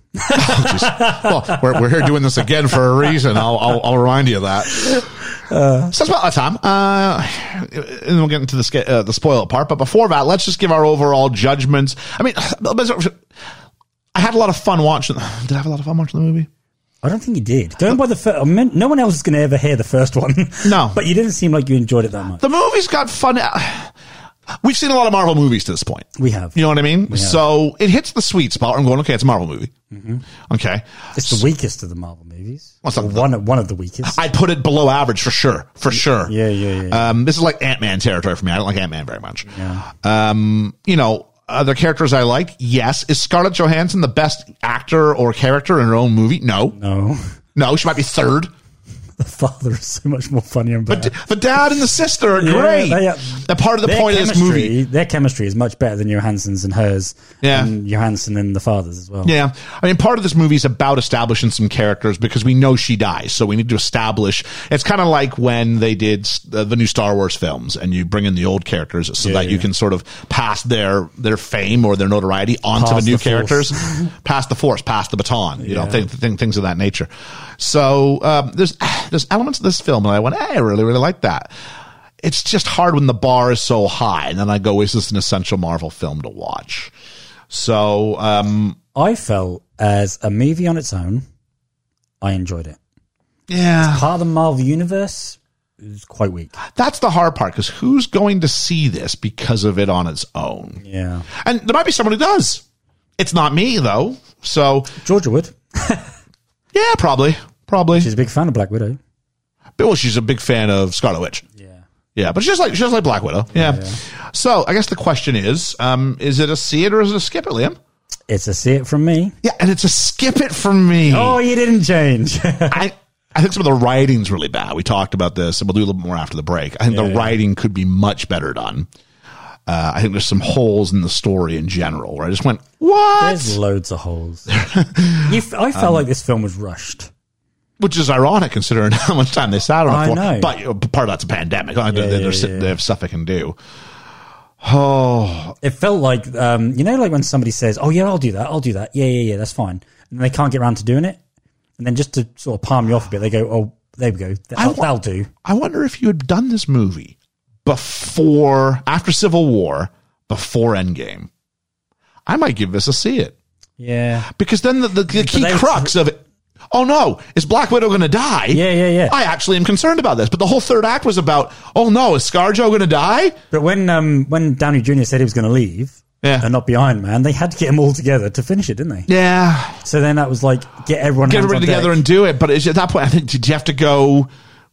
Speaker 4: well, we're, we're here doing this again for a reason. I'll, I'll, I'll remind you of that. so that's about our time. Uh, and we'll get into the, sca- uh, the spoil part. But before that, let's just give our overall judgments. I mean, I had a lot of fun watching. Did I have a lot of fun watching the movie?
Speaker 5: I don't think you did. Going by the first, I mean, no one else is going to ever hear the first one.
Speaker 4: No.
Speaker 5: but you didn't seem like you enjoyed it that much.
Speaker 4: The movie's got fun. uh, We've seen a lot of Marvel movies to this point.
Speaker 5: We have.
Speaker 4: You know what I mean? So it hits the sweet spot. I'm going, okay, it's a Marvel movie.
Speaker 5: Mm-hmm.
Speaker 4: Okay.
Speaker 5: It's the weakest of the Marvel movies.
Speaker 4: Well, it's not
Speaker 5: Or
Speaker 4: the-
Speaker 5: one, one of the weakest.
Speaker 4: I'd put it below average for sure. For sure.
Speaker 5: yeah, yeah, yeah.
Speaker 4: Um, this is like Ant Man territory for me. I don't like Ant Man very much. Um, you know, other characters I liked, yes. Is Scarlett Johansson the best actor or character in her own movie? No.
Speaker 5: no,
Speaker 4: No, she might be third.
Speaker 5: the father is so much more funny and better.
Speaker 4: But the dad and the sister are
Speaker 5: Yeah,
Speaker 4: great.
Speaker 5: they are-
Speaker 4: They're part of the
Speaker 5: Their
Speaker 4: point of this
Speaker 5: chemistry-
Speaker 4: movie.
Speaker 5: Their chemistry is much better than Johansson's and hers.
Speaker 4: Yeah.
Speaker 5: And Johansson and the father's as well.
Speaker 4: Yeah. I mean, part of this movie is about establishing some characters because we know she dies. So we need to establish. It's kind of like when they did uh, the new Star Wars films and you bring in the old characters so
Speaker 5: Yeah,
Speaker 4: that you
Speaker 5: yeah.
Speaker 4: can sort of pass their, their fame or their notoriety onto
Speaker 5: Pass
Speaker 4: the new
Speaker 5: the force.
Speaker 4: characters. pass the force, pass the baton, you know,
Speaker 5: Yeah.
Speaker 4: th- th- things of that nature. So um, there's, there's elements of this film that I went, hey, I really, really like that. It's just hard when the bar is so high. And then I go, is this an essential Marvel film to watch? So, um,
Speaker 5: I felt as a movie on its own, I enjoyed it.
Speaker 4: yeah.
Speaker 5: Part of the Marvel universe is quite weak.
Speaker 4: That's the hard part because who's going to see this because of it on its own?
Speaker 5: Yeah.
Speaker 4: And there might be someone who does. It's not me though. So
Speaker 5: Georgia Wood,
Speaker 4: yeah, probably, probably.
Speaker 5: she's a big fan of Black Widow.
Speaker 4: well, she's a big fan of Scarlet Witch.
Speaker 5: Yeah.
Speaker 4: Yeah, but she's like she's like Black Widow. Yeah. So I guess the question is, um, is it a see it or is it a skip it, Liam?
Speaker 5: It's a see it from me.
Speaker 4: Yeah, and it's a skip it for me.
Speaker 5: Oh, you didn't change.
Speaker 4: I I think some of the writing's really bad. We talked about this, and we'll do a little bit more after the break. I think the
Speaker 5: Yeah.
Speaker 4: writing could be much better done. Uh, I think there's some holes in the story in general where I just went, what?
Speaker 5: There's loads of holes. you f- I
Speaker 4: Um,
Speaker 5: felt like this film was rushed.
Speaker 4: Which is ironic considering how much time they sat on it
Speaker 5: I
Speaker 4: for.
Speaker 5: know.
Speaker 4: But you know, part of that's a pandemic. Like, they,
Speaker 5: yeah,
Speaker 4: there's-
Speaker 5: yeah, yeah.
Speaker 4: they have stuff they can do. Oh,
Speaker 5: It felt like, um, you know, like when somebody says, "Oh yeah, I'll do that. I'll do that. Yeah, yeah, yeah. That's fine," and they can't get around to doing it, and then just to sort of palm you off a bit, they go, "Oh, there we go. That'll,
Speaker 4: wa-
Speaker 5: that'll do."
Speaker 4: I wonder if you had done this movie before, after Civil War, before Endgame. I might give this a see it.
Speaker 5: Yeah,
Speaker 4: Because then the, the, the key
Speaker 5: they-
Speaker 4: crux of it, oh no, is Black Widow going to die?
Speaker 5: yeah, yeah, yeah.
Speaker 4: I actually am concerned about this. But the whole third act was about, oh no, is ScarJo going to die?
Speaker 5: but when um, when Downey Jr. said he was going to leave
Speaker 4: Yeah.
Speaker 5: and not be Iron Man, they had to get them all together to finish it, didn't they?
Speaker 4: Yeah.
Speaker 5: So then that was like, get everyone
Speaker 4: Get
Speaker 5: hands
Speaker 4: everybody
Speaker 5: on deck.
Speaker 4: together and do it. But it's at that point, I think, did you have to go,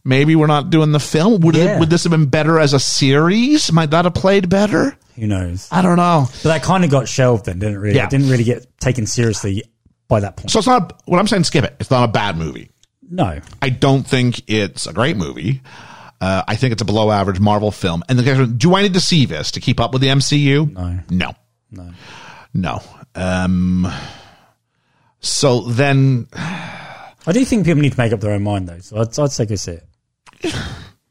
Speaker 4: maybe we're not doing the film? Would, it,
Speaker 5: Yeah.
Speaker 4: would this have been better as a series? Might that have played better?
Speaker 5: Who knows?
Speaker 4: I don't know.
Speaker 5: But that kind of got shelved then, didn't it? Really,
Speaker 4: Yeah.
Speaker 5: it didn't really get taken seriously by that point.
Speaker 4: So it's not, what I'm saying, skip it. It's not a bad movie.
Speaker 5: no,
Speaker 4: I don't think it's a great movie. Uh, I think it's a below average Marvel film. And the question, do I need to see this to keep up with the MCU? No. No.
Speaker 5: no.
Speaker 4: No. Um, so then,
Speaker 5: I do think people need to make up their own mind though. So I'd, I'd say go see it.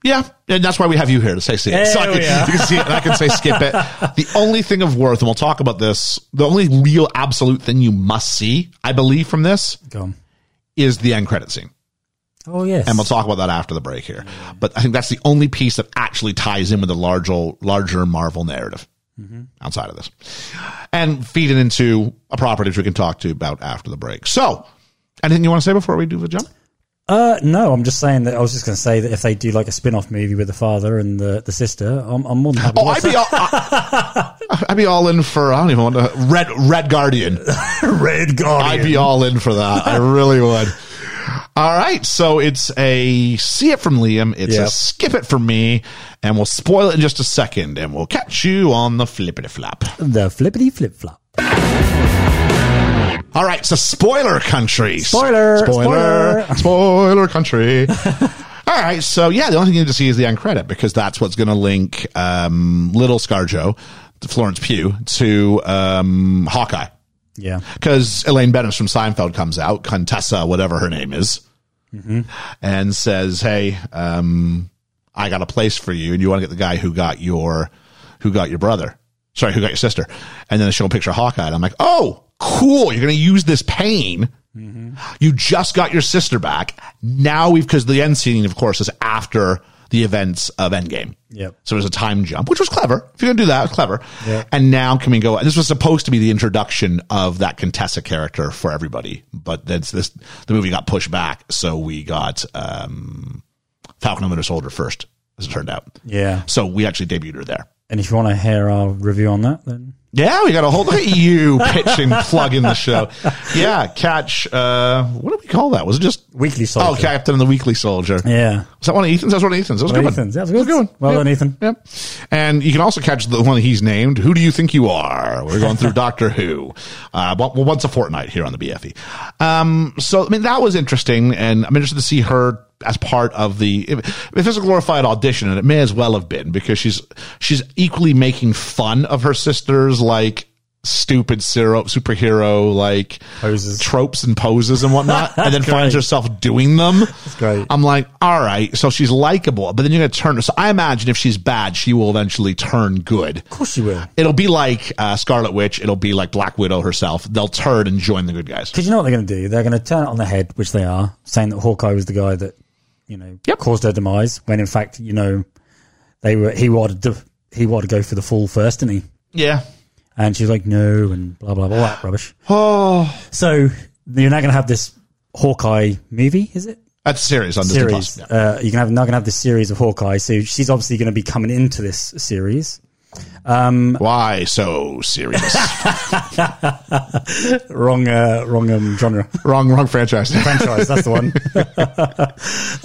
Speaker 4: yeah, and that's why we have you here to say see it. So I
Speaker 5: There
Speaker 4: can,
Speaker 5: we are.
Speaker 4: you can see it and I can say skip it. The only thing of worth, and we'll talk about this, the only real absolute thing you must see, I believe, from this
Speaker 5: Go on.
Speaker 4: is the end credit scene.
Speaker 5: Oh yes.
Speaker 4: And we'll talk about that after the break here. But I think that's the only piece that actually ties in with the larger, larger Marvel narrative outside of this and feed it into a property which we can talk to about after the break. So, anything you want to say before we do the jump?
Speaker 5: Uh, no, I'm just saying that I was just going to say that if they do like a spin-off movie with the father and the, the sister, I'm, I'm more than happy.
Speaker 4: Oh,
Speaker 5: to
Speaker 4: I'd be all, I, would be all in for I don't even want to Red Red Guardian.
Speaker 5: Red
Speaker 4: I'd be all in for that. I really would. All right. So it's a see it from Liam. It's a
Speaker 5: Yep.
Speaker 4: skip it from me. And we'll spoil it in just a second. And we'll catch you on the flippity flap.
Speaker 5: The flippity flip flop.
Speaker 4: All right, so spoiler country.
Speaker 5: Spoiler,
Speaker 4: spoiler, spoiler, country. All right, so yeah, the only thing you need to see is the end credit because that's what's going to link um, Little ScarJo, to Florence Pugh, to um, Hawkeye.
Speaker 5: Yeah.
Speaker 4: Because Elaine Bennett from Seinfeld comes out, Contessa, whatever her name is, and says, "Hey, um, I got a place for you, and you want to get the guy who got your who got your brother, sorry, who got your sister." And then they show a picture of Hawkeye, and I'm like, "Oh, cool! You're going to use this pain." You just got your sister back. Now we've because the end scene, of course, is after the events of Endgame.
Speaker 5: Yep.
Speaker 4: So it was a time jump, which was clever. If you're gonna do that, it was clever.
Speaker 5: Yeah.
Speaker 4: And now Kamingo, this was supposed to be the introduction of that Contessa character for everybody, but that's this the movie got pushed back, so we got um, Falcon and Winter Soldier first, as it turned out.
Speaker 5: Yeah.
Speaker 4: So we actually debuted her there.
Speaker 5: And if you want to hear our review on that, then
Speaker 4: Yeah, we got a whole look at you pitching plug in the show. Yeah, catch uh, what do we call that? Was it just
Speaker 5: Weekly
Speaker 4: Oh,
Speaker 5: Soldier.
Speaker 4: Captain and the Weekly Soldier.
Speaker 5: Yeah.
Speaker 4: Was that one of Ethan's? That was one of Ethan's. That was a
Speaker 5: Well,
Speaker 4: good one.
Speaker 5: Ethan's. That was a good one. Well
Speaker 4: Yep.
Speaker 5: done, Ethan.
Speaker 4: Yep. And you can also catch the one he's named. Who do you think you are? We're going through Doctor Who. Uh, well, well, once a fortnight here on the BFE. Um, so I mean that was interesting, and I'm interested to see her as part of the. If, if it's a glorified audition, and it may as well have been because she's she's equally making fun of her sisters, like stupid syrup superhero like
Speaker 5: Poses.
Speaker 4: tropes and poses and whatnot and then finds herself doing them that's
Speaker 5: great.
Speaker 4: I'm like, all right, so she's likable, but then you're going to turn her. So I imagine if she's bad, she will eventually turn good.
Speaker 5: Of course you will.
Speaker 4: It'll be like uh, Scarlet Witch. It'll be like Black Widow herself. They'll turn and join the good guys.
Speaker 5: Because you know what they're going to do? They're going to turn it on the head, which they are, saying that Hawkeye was the guy that, you know, caused her demise. When in fact, you know, they were he wanted to he wanted to go for the fall first, didn't he?
Speaker 4: Yeah.
Speaker 5: And she's like, no, and blah blah blah, all that rubbish.
Speaker 4: Oh,
Speaker 5: So you're now going to have this Hawkeye movie, is it?
Speaker 4: that's serious on Disney Plus.
Speaker 5: Series.
Speaker 4: Yeah.
Speaker 5: Uh, you're going to have now going to have this series of Hawkeye. So she's obviously going to be coming into this series,
Speaker 4: Why so serious?
Speaker 5: wrong uh, wrong um, genre
Speaker 4: wrong, wrong franchise.
Speaker 5: franchise. That's the one.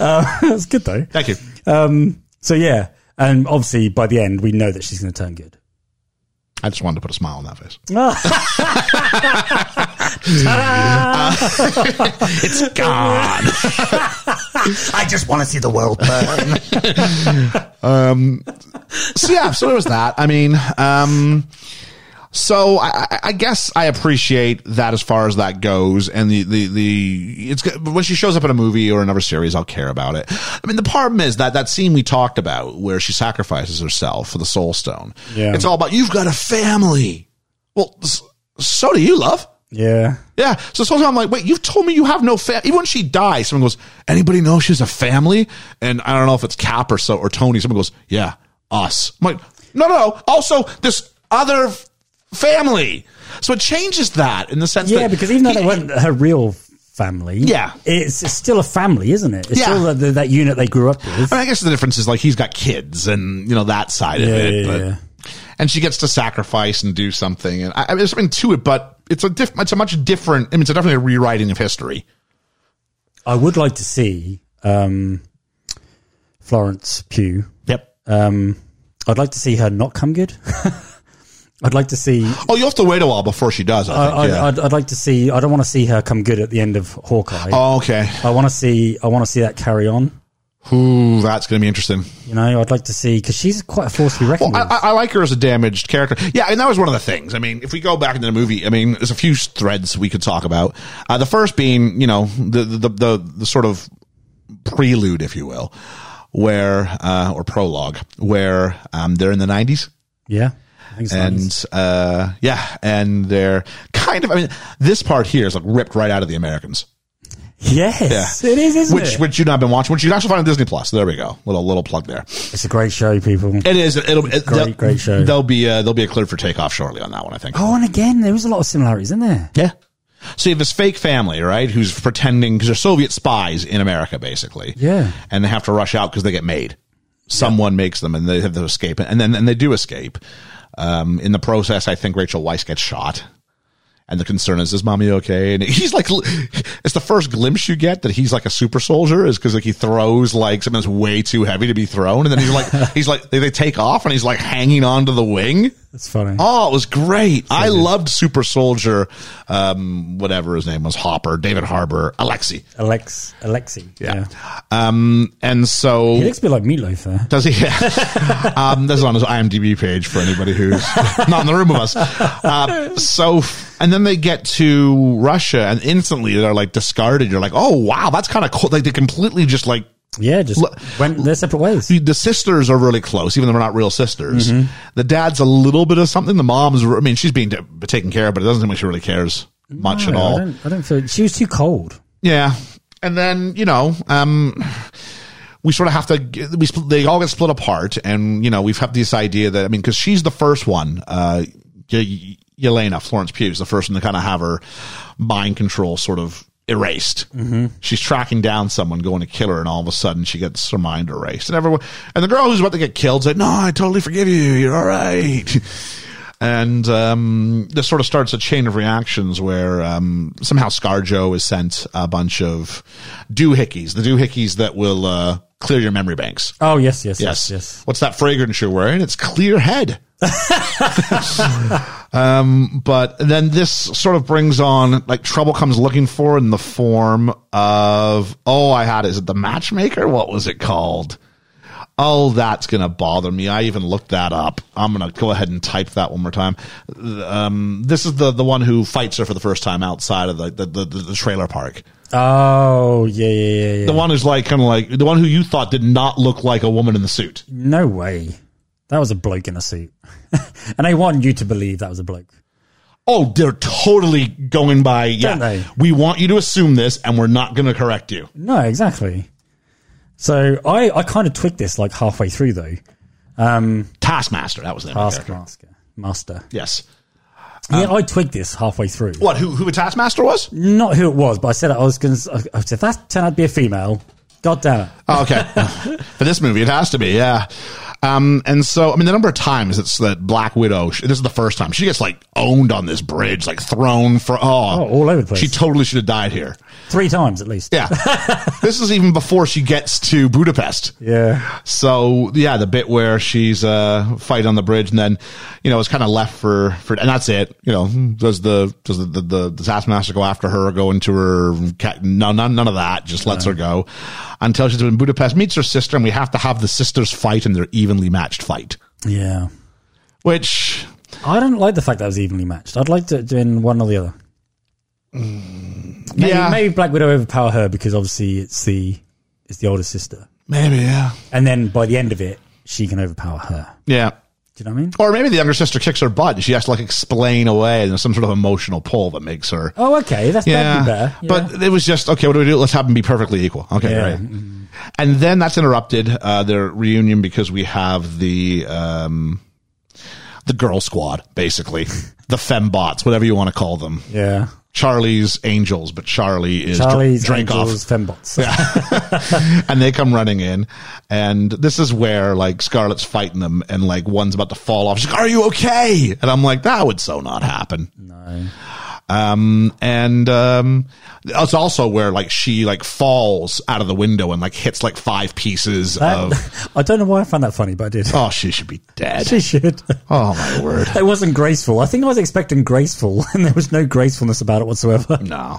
Speaker 5: uh, it's good though.
Speaker 4: Thank you.
Speaker 5: So yeah, and obviously by the end we know that she's going to turn good.
Speaker 4: I just wanted to put a smile on that face. Uh, It's gone.
Speaker 5: I just want to see the world burn.
Speaker 4: so yeah, so there was that. I mean, um, so I, I- I guess I appreciate that as far as that goes, and the the the it's good- when she shows up in a movie or another series, I'll care about it. I mean, the problem is that that scene we talked about where she sacrifices herself for the Soul Stone.
Speaker 5: Yeah.
Speaker 4: it's all about you've got a family. Well, s- so do you, love.
Speaker 5: yeah,
Speaker 4: Yeah. So sometimes I'm like, wait, you've told me you have no family. Even when she dies, someone goes, anybody know she has a family? And I don't know if it's Cap or so or Tony. Someone goes, yeah, us. I'm like, no, no, no. Also, this other f- family. So it changes that in the sense
Speaker 5: yeah.
Speaker 4: that
Speaker 5: Because even though
Speaker 4: he-
Speaker 5: they weren't her real family,
Speaker 4: Yeah.
Speaker 5: it's, it's still a family, isn't it? It's
Speaker 4: Yeah.
Speaker 5: still the, that unit they grew up with.
Speaker 4: I, mean, I guess the difference is like he's got kids and you know that side of
Speaker 5: Yeah,
Speaker 4: it,
Speaker 5: yeah,
Speaker 4: but
Speaker 5: yeah.
Speaker 4: and she gets to sacrifice and do something. And I, I mean, there's something to it, but it's a diff- it's a much different. I mean, it's definitely a rewriting of history.
Speaker 5: I would like to see um, Florence Pugh.
Speaker 4: Yep.
Speaker 5: Um, I'd like to see her not come good. I'd like to see.
Speaker 4: Oh, you will have to wait a while before she does. I
Speaker 5: I,
Speaker 4: think.
Speaker 5: I,
Speaker 4: yeah.
Speaker 5: I'd, I'd like to see. I don't want to see her come good at the end of Hawkeye.
Speaker 4: oh, okay.
Speaker 5: I want to see. I want to see that carry on.
Speaker 4: Ooh, that's going to be interesting.
Speaker 5: You know, I'd like to see because she's quite a force to be reckoned
Speaker 4: Well, I,
Speaker 5: with.
Speaker 4: I I like her as a damaged character. Yeah, and that was one of the things. I mean, if we go back into the movie, I mean, there's a few threads we could talk about. Uh, the first being, you know, the the the, the sort of prelude, if you will, where uh, or prologue, where um, they're in the 90s.
Speaker 5: yeah, I think so.
Speaker 4: and uh, yeah, and they're kind of. I mean, this part here is like ripped right out of the Americans,
Speaker 5: yes, it is, isn't
Speaker 4: which
Speaker 5: it?
Speaker 4: which you've not been watching, which you can actually find on Disney Plus. There we go, little little plug there.
Speaker 5: it's a great show, people.
Speaker 4: It is. It'll it, they'll-
Speaker 5: great show.
Speaker 4: There'll be uh, there'll be a clip for takeoff shortly on that one. I think.
Speaker 5: Oh, and again, there was a lot of similarities in there.
Speaker 4: Yeah. So you have this fake family, right? Who's pretending because they're Soviet spies in America, basically.
Speaker 5: Yeah.
Speaker 4: And they have to rush out because they get made. Someone makes them, and they have to escape, and then and they do escape. Um, in the process, I think Rachel Weisz gets shot, And the concern is, is mommy okay? And he's like, it's the first glimpse you get that he's like a super soldier is because like he throws like something that's way too heavy to be thrown. And then he's like, he's like, they, they take off and he's like hanging onto the wing.
Speaker 5: That's funny.
Speaker 4: Oh, it was great. I loved Super Soldier, um, whatever his name was, Hopper, David Harbour, Alexi.
Speaker 5: Alex, Alexi.
Speaker 4: Yeah. Um, and
Speaker 5: He
Speaker 4: so
Speaker 5: looks a bit like Meatloaf there.
Speaker 4: does he? um, this is on his IMDb page for anybody who's not in the room with us. Uh, so, and then they get to Russia and instantly they're like discarded. You're like, oh, wow, that's kind of cool. Like they completely just like
Speaker 5: Yeah, just
Speaker 4: Look-
Speaker 5: went their separate ways.
Speaker 4: the, the sisters are really close, even though they're not real sisters. The dad's a little bit of something. The mom's, I mean, she's being t- taken care of, but it doesn't seem like she really cares much at
Speaker 5: No,
Speaker 4: all.
Speaker 5: I don't, I don't feel she was too cold.
Speaker 4: Yeah, and then you know, um, we sort of have to. We spl- they all get split apart, and you know, we've had this idea that I mean, because she's the first one, uh, Y- Y- Yelena Florence Pugh is the first one to kind of have her mind control sort of erased. She's tracking down someone going to kill her, and all of a sudden she gets her mind erased, and everyone, and the girl who's about to get killed said, "No, I totally forgive you. You're all right." and um, this sort of starts a chain of reactions where um, somehow Scarjo is sent a bunch of doohickeys, the doohickeys that will uh, clear your memory banks.
Speaker 5: Oh yes, yes,
Speaker 4: Yes.
Speaker 5: yes, yes.
Speaker 4: What's that fragrance you're wearing? It's clear head. um, but then this sort of brings on like trouble comes looking for in the form of oh I had it. is it the matchmaker? What was it called? Oh, that's gonna bother me. I even looked that up. I'm gonna go ahead and type that one more time. Um, this is the the one who fights her for the first time outside of the the, the, the trailer park.
Speaker 5: Oh yeah, yeah, yeah. yeah.
Speaker 4: The one who's like kind of like the one who you thought did not look like a woman in the suit.
Speaker 5: no way, that was a bloke in a suit, and I want you to believe that was a bloke.
Speaker 4: Oh, they're totally going by. Yeah,
Speaker 5: Don't they?
Speaker 4: we want you to assume this, and we're not going to correct you.
Speaker 5: No, exactly. So I, I kind of twigged this like halfway through though.
Speaker 4: Taskmaster, that was the name. of the character.
Speaker 5: Taskmaster, master.
Speaker 4: Yes.
Speaker 5: yeah, I twigged this halfway through.
Speaker 4: Uh, What? Who? Who? A taskmaster was?
Speaker 5: Not who it was, but I said I was going. to I said that turned out to be a female. God damn it!
Speaker 4: Oh, okay. For this movie, it has to be. Yeah. Um, and so, I mean, the number of times it's that Black Widow. This is the first time she gets like owned on this bridge, like thrown for. Oh,
Speaker 5: all over the place.
Speaker 4: She totally should have died here.
Speaker 5: Three times at least.
Speaker 4: Yeah. this is even before she gets to Budapest.
Speaker 5: Yeah.
Speaker 4: So yeah, the bit where she's uh fight on the bridge and then you know it's kind of left for for and that's it. You know, does the does the the, the, the taskmaster go after her, or go into her? Cat, no, none none of that. Just lets her go until she's in Budapest, meets her sister, and we have to have the sisters fight and their evenly matched fight.
Speaker 5: Yeah.
Speaker 4: Which
Speaker 5: I don't like the fact that it was evenly matched. I'd like to do in one or the other. Maybe,
Speaker 4: Mm. yeah,
Speaker 5: maybe Black Widow overpower her because obviously it's the it's the older sister,
Speaker 4: maybe yeah
Speaker 5: and then by the end of it, she can overpower her.
Speaker 4: yeah.
Speaker 5: Do you know what I mean?
Speaker 4: Or maybe the younger sister kicks her butt and she has to like explain away and there's some sort of emotional pull that makes her
Speaker 5: Oh, okay, that's that'd be better. Yeah.
Speaker 4: But it was just okay. What do we do? Let's have them be perfectly equal. Okay,
Speaker 5: Yeah.
Speaker 4: right. And then that's interrupted uh, their reunion because we have the um, the girl squad, basically the fembots, whatever you want to call them.
Speaker 5: yeah,
Speaker 4: Charlie's angels, but Charlie is Dr-
Speaker 5: Charlie's
Speaker 4: Drankoff
Speaker 5: Angels fembots.
Speaker 4: and they come running in and this is where like scarlett's fighting them and like one's about to fall off she's like are you okay and i'm like that would so not happen no um and um it's also where like she like falls out of the window and like hits like five pieces
Speaker 5: That-
Speaker 4: of
Speaker 5: I don't know why I found that funny, but I did.
Speaker 4: oh she should be dead
Speaker 5: She should.
Speaker 4: oh my word
Speaker 5: It wasn't graceful. I think I was expecting graceful, and there was no gracefulness about it whatsoever.
Speaker 4: no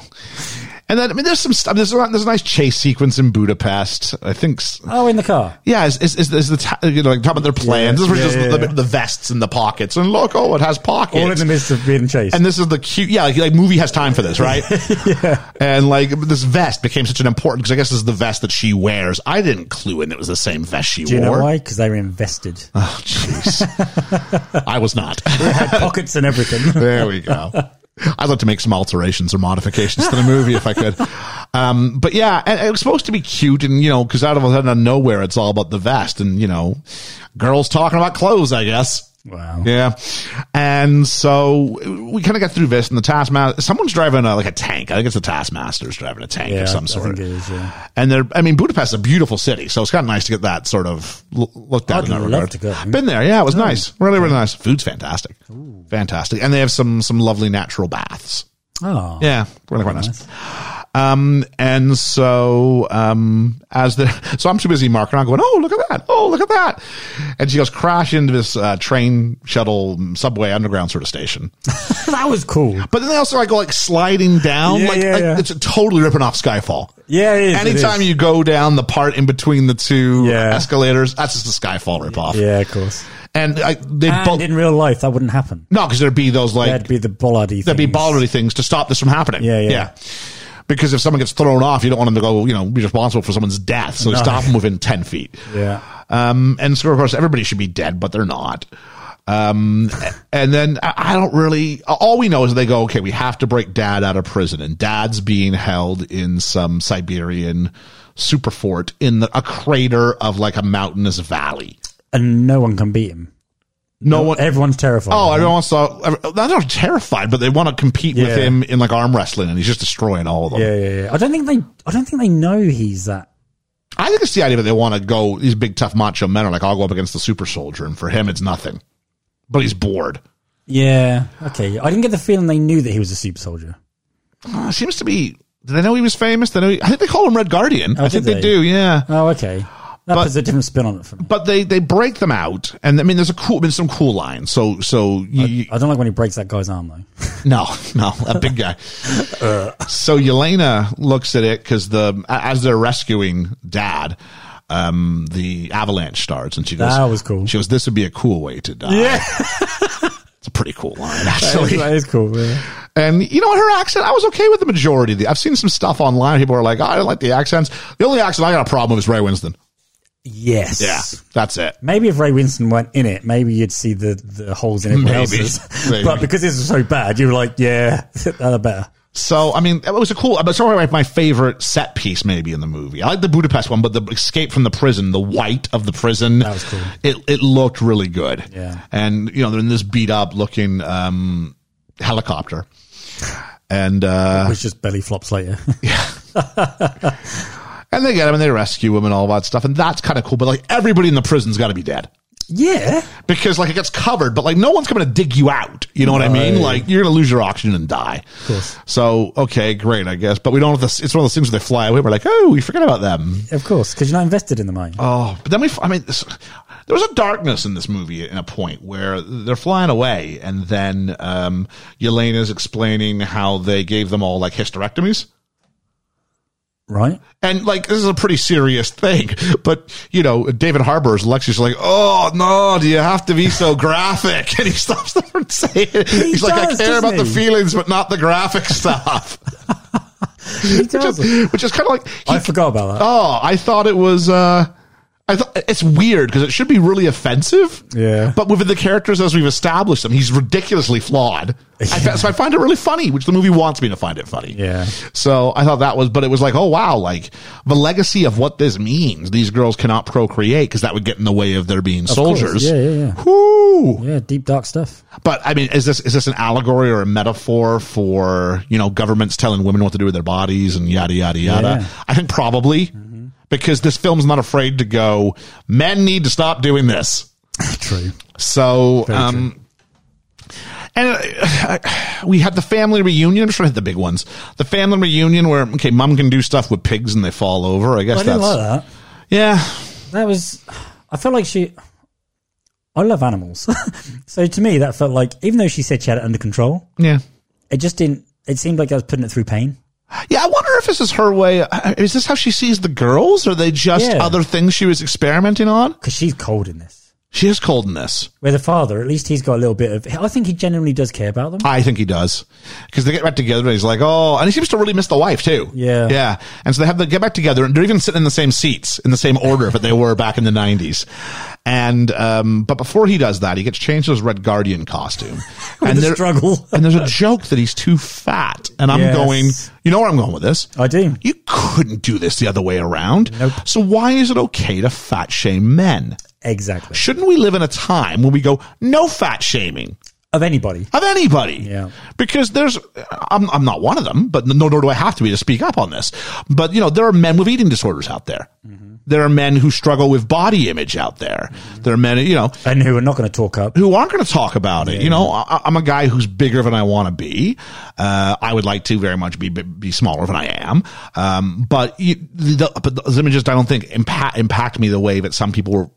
Speaker 4: and then i mean there's some stuff there's a, there's a nice chase sequence in budapest i think s-
Speaker 5: Oh, in the car.
Speaker 4: Yeah, is, is, is, is the ta- you know, like talking about their plans? this
Speaker 5: Yeah,
Speaker 4: was
Speaker 5: yeah,
Speaker 4: just
Speaker 5: yeah.
Speaker 4: The, the vests and the pockets, and look, oh, it has pockets.
Speaker 5: All in the midst of being chased.
Speaker 4: and this is the cute, yeah. Like, like movie has time for this, right? yeah. And like this vest became such an important because I guess this is the vest that she wears. I didn't clue in it was the same vest she
Speaker 5: Do you know
Speaker 4: wore.
Speaker 5: why? Because they were invested.
Speaker 4: Oh, jeez, I was not.
Speaker 5: had pockets and everything.
Speaker 4: There we go. I'd like to make some alterations or modifications to the movie if I could. Um, but yeah, and it was supposed to be cute and, you know, cause out of, out of nowhere, it's all about the vest and, you know, girls talking about clothes, I guess.
Speaker 5: Wow.
Speaker 4: Yeah. And so we kind of got through this, and the Taskmaster, someone's driving a, like a tank. I think it's the Taskmaster's driving a tank
Speaker 5: Yeah,
Speaker 4: of
Speaker 5: I
Speaker 4: some sort.
Speaker 5: think it is, yeah.
Speaker 4: And they're, I mean, Budapest is a beautiful city, so it's kind of nice to get that sort of l- looked at
Speaker 5: I'd
Speaker 4: in that
Speaker 5: love
Speaker 4: regard.
Speaker 5: to go. Mm. Oh.
Speaker 4: Been there. Yeah, it was nice. Really, really nice. Food's fantastic. Fantastic. And they have some, some lovely natural baths.
Speaker 5: Oh.
Speaker 4: Yeah, really quite nice. Um, and so um, as the so I'm too busy marking on going, oh look at that, oh look at that, and she goes crash into this uh, train shuttle um, subway underground sort of station.
Speaker 5: that was cool.
Speaker 4: But then they also like go like sliding down,
Speaker 5: Yeah,
Speaker 4: like,
Speaker 5: yeah,
Speaker 4: like,
Speaker 5: yeah.
Speaker 4: it's a totally ripping off Skyfall.
Speaker 5: Yeah, it is, it
Speaker 4: Anytime
Speaker 5: is.
Speaker 4: you go down the part in between the two
Speaker 5: Yeah.
Speaker 4: escalators, that's just the Skyfall ripoff.
Speaker 5: Yeah, of course.
Speaker 4: And I, they
Speaker 5: And
Speaker 4: both
Speaker 5: in real life, that wouldn't happen.
Speaker 4: no, because there'd be those like
Speaker 5: That'd be the bollardy.
Speaker 4: there'd be
Speaker 5: things.
Speaker 4: bodily things to stop this from happening.
Speaker 5: Yeah, yeah.
Speaker 4: Because if someone gets thrown off, you don't want them to go, you know, be responsible for someone's death. So they
Speaker 5: No.
Speaker 4: stop them within 10 feet.
Speaker 5: Yeah.
Speaker 4: Um, and so, of course, everybody should be dead, but they're not. Um, and then I I don't really, all we know is they go, okay, we have to break dad out of prison. And dad's being held in some Siberian super fort in the, a crater of like a mountainous valley.
Speaker 5: And no one can beat him.
Speaker 4: No one,
Speaker 5: Everyone's terrified.
Speaker 4: Oh, everyone wants to. They're not terrified, but they want to compete with
Speaker 5: Yeah.
Speaker 4: him in like arm wrestling, and he's just destroying all of them.
Speaker 5: Yeah, yeah, yeah. I don't think they. I don't think they know he's that.
Speaker 4: I think it's the idea that they want to go. These big, tough, macho men are like, I'll go up against the super soldier, and for him, it's nothing. But he's bored.
Speaker 5: Yeah. Okay. I didn't get the feeling they knew that he was a super soldier.
Speaker 4: Uh, seems to be. Do they know he was famous? They know. He, I think they call him Red Guardian.
Speaker 5: Oh,
Speaker 4: I think
Speaker 5: did
Speaker 4: they?
Speaker 5: they?
Speaker 4: do. Yeah.
Speaker 5: Oh, okay. That
Speaker 4: But-
Speaker 5: puts a different spin on it for me.
Speaker 4: But they they break them out, and I mean, there's a cool, been some cool lines. So so you, you-
Speaker 5: I don't like when he breaks that guy's arm though.
Speaker 4: No, no, a big guy.
Speaker 5: Uh.
Speaker 4: so Yelena looks at it because the as they're rescuing Dad, um, the avalanche starts, and she goes,
Speaker 5: That was cool.
Speaker 4: She goes, "This would be a cool way to die."
Speaker 5: Yeah.
Speaker 4: it's a pretty cool line, actually.
Speaker 5: that is cool. Yeah.
Speaker 4: And you know what? Her accent, I was okay with the majority. Of the, I've seen some stuff online. People are like, oh, "I don't like the accents." The only accent I got a problem with is Ray Winston.
Speaker 5: Yes.
Speaker 4: Yeah, that's it.
Speaker 5: Maybe if Ray Winston weren't in it, maybe you'd see the, the holes in everyone
Speaker 4: Maybe.
Speaker 5: else's.
Speaker 4: Maybe.
Speaker 5: But because this was so bad, you were like, yeah, that better.
Speaker 4: So I mean, it was a cool. But sorry, my, my favorite set piece maybe in the movie. I like the Budapest one, but the escape from the prison, the white of the prison,
Speaker 5: That was cool.
Speaker 4: It it looked really good.
Speaker 5: Yeah.
Speaker 4: and you know they're in this beat up looking um, helicopter, and uh,
Speaker 5: Which just belly flops later.
Speaker 4: and they get him and they rescue him and all that stuff, and that's kind of cool. But like everybody in the prison's got to be dead.
Speaker 5: yeah.
Speaker 4: because like it gets covered, but like no one's coming to dig you out. You know what I mean?
Speaker 5: Right.
Speaker 4: Like you're gonna lose your oxygen and die. So okay, great, I guess. But we don't. Have this, it's one of those things where they fly away. We're like, oh, we forgot about them.
Speaker 5: Of course, because you're not invested in them, are you?
Speaker 4: Oh, but then we. I mean, this, there was a darkness in this movie in a point where they're flying away, and then um, Yelena's explaining how they gave them all like hysterectomies.
Speaker 5: right?
Speaker 4: And like this is a pretty serious thing, but you know David Harbour's Lexi's like, oh no, do you have to be so graphic? And he stops there and saying, it. he's like,
Speaker 5: does,
Speaker 4: I care
Speaker 5: doesn't
Speaker 4: about the
Speaker 5: he?"
Speaker 4: feelings, but not the graphic stuff,
Speaker 5: He does.
Speaker 4: which is kind of like, he,
Speaker 5: I forgot about that.
Speaker 4: oh, I thought it was, uh, I thought it's weird because it should be really offensive,
Speaker 5: Yeah.
Speaker 4: But within the characters as we've established them, he's ridiculously flawed. I fa- so I find it really funny, which the movie wants me to find it funny.
Speaker 5: Yeah.
Speaker 4: So I thought that was, but it was like, oh wow, like the legacy of what this means. These girls cannot procreate because that would get in the way of their being
Speaker 5: course.
Speaker 4: soldiers.
Speaker 5: Yeah, yeah, yeah.
Speaker 4: Whew.
Speaker 5: Yeah, deep dark stuff.
Speaker 4: But I mean, is this is this an allegory or a metaphor for you know governments telling women what to do with their bodies and yada yada yada?
Speaker 5: Yeah.
Speaker 4: I think probably because this film's not afraid to go. Men need to stop doing this.
Speaker 5: True.
Speaker 4: So, um, and uh, we had the family reunion. I'm sure I hit the big ones. The family reunion where okay, mom can do stuff with pigs and they fall over. I guess
Speaker 5: Oh, I didn't
Speaker 4: that's
Speaker 5: like that.
Speaker 4: yeah.
Speaker 5: That was. I felt like she. I love animals, so to me that felt like even though she said she had it under control,
Speaker 4: Yeah.
Speaker 5: it just didn't. It seemed like I was putting it through pain.
Speaker 4: Yeah, I wonder if this is her way. uh, Is this how she sees the girls? Are they just
Speaker 5: Yeah.
Speaker 4: other things she was experimenting on?
Speaker 5: because she's cold in this.
Speaker 4: She is cold in this.
Speaker 5: Where the father, at least he's got a little bit of. I think he genuinely does care about them.
Speaker 4: I think he does because they get back together and he's like, oh, and he seems to really miss the wife too.
Speaker 5: Yeah.
Speaker 4: Yeah. And so they have to get back together and they're even sitting in the same seats in the same order that they were back in the nineties. And, um, but before he does that, he gets changed to his Red Guardian costume and
Speaker 5: the
Speaker 4: there-
Speaker 5: struggle.
Speaker 4: and there's a joke that he's too fat. And I'm
Speaker 5: Yes.
Speaker 4: going, you know where I'm going with this?
Speaker 5: I do.
Speaker 4: You couldn't do this the other way around.
Speaker 5: Nope.
Speaker 4: So why is it okay to fat shame men?
Speaker 5: Exactly.
Speaker 4: Shouldn't we live in a time when we go no fat shaming
Speaker 5: Of anybody.
Speaker 4: of anybody?
Speaker 5: Yeah.
Speaker 4: Because there's, I'm, I'm not one of them, but no, nor do I have to be to speak up on this. But you know, there are men with eating disorders out there. There are men who struggle with body image out there. There are men, you know,
Speaker 5: And who are not going to talk up.
Speaker 4: who aren't going to talk about it. You know, I, I'm a guy who's bigger than I want to be. Uh, I would like to very much be be smaller than I am. Um, but you, the, but those images, I don't think impact impact me the way that some people were,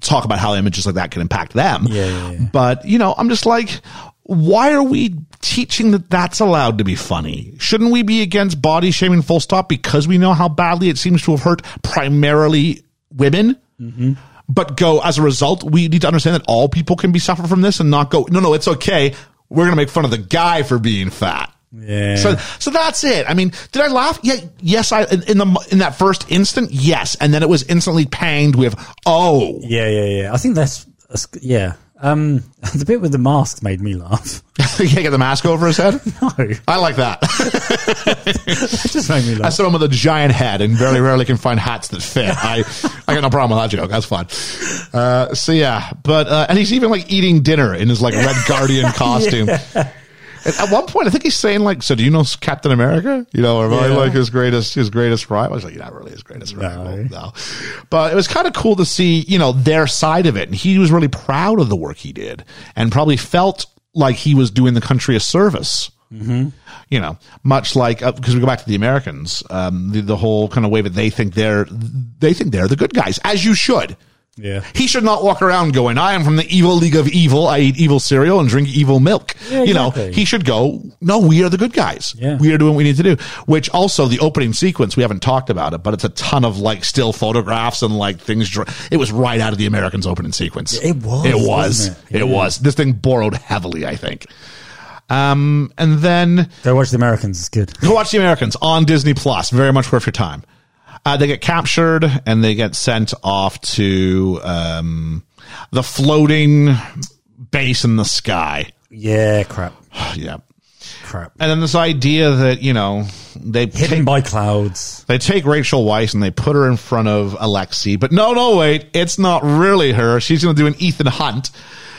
Speaker 4: talk about how images like that can impact them.
Speaker 5: Yeah, yeah, yeah.
Speaker 4: But you know, I'm just like. Why are we teaching that that's allowed to be funny? Shouldn't we be against body shaming full stop because we know how badly it seems to have hurt primarily women?
Speaker 5: Mm-hmm.
Speaker 4: but go as a result we need to understand that all people can be suffer from this and not go no no it's okay we're gonna make fun of the guy for being fat
Speaker 5: Yeah.
Speaker 4: so so that's it i mean did i laugh yeah yes i in, in the in that first instant yes and then it was instantly panged with oh
Speaker 5: yeah, yeah, yeah. I think that's, that's yeah. Um, the bit with the mask made me laugh.
Speaker 4: he can't get the mask over his head
Speaker 5: No, that
Speaker 4: i like that
Speaker 5: just made me
Speaker 4: i
Speaker 5: laugh.
Speaker 4: saw him with a giant head and very rarely can find hats that fit i i got no problem with that joke that's fine uh so yeah but uh and he's even like eating dinner in his like red guardian costume At, at one point, I think he's saying like, "So do you know Captain America? You know, am I
Speaker 5: Yeah.
Speaker 4: like his greatest his greatest rival?" I was like, "You're not really his greatest rival, no." But it was kind of cool to see, you know, their side of it, and he was really proud of the work he did, and probably felt like he was doing the country a service. You know, much like because we go back to the Americans, um, the, the whole kind of way that they think they're they think they're the good guys, as you should.
Speaker 5: Yeah.
Speaker 4: He should not walk around going, I am from the evil league of evil. I eat evil cereal and drink evil milk.
Speaker 5: Yeah,
Speaker 4: You know,
Speaker 5: exactly.
Speaker 4: he should go, no, we are the good guys.
Speaker 5: Yeah.
Speaker 4: We are doing what we need to do. Which also the opening sequence, we haven't talked about it, but it's a ton of like still photographs and like things. dr- It was right out of the Americans opening sequence.
Speaker 5: It was,
Speaker 4: It was.
Speaker 5: wasn't
Speaker 4: It,
Speaker 5: it? Yeah.
Speaker 4: was. This thing borrowed heavily, I think. Um, and then
Speaker 5: Go watch the Americans. It's good.
Speaker 4: Go watch The Americans on Disney Plus. Very much worth your time. Uh, they get captured and they get sent off to um, the floating base in the sky.
Speaker 5: Yeah, crap,
Speaker 4: yeah.
Speaker 5: crap.
Speaker 4: And then this idea that, you know, they
Speaker 5: Hidden
Speaker 4: take-
Speaker 5: by clouds.
Speaker 4: they take Rachel Weisz and they put her in front of Alexi. But no, no, wait, it's not really her. She's going to do an Ethan Hunt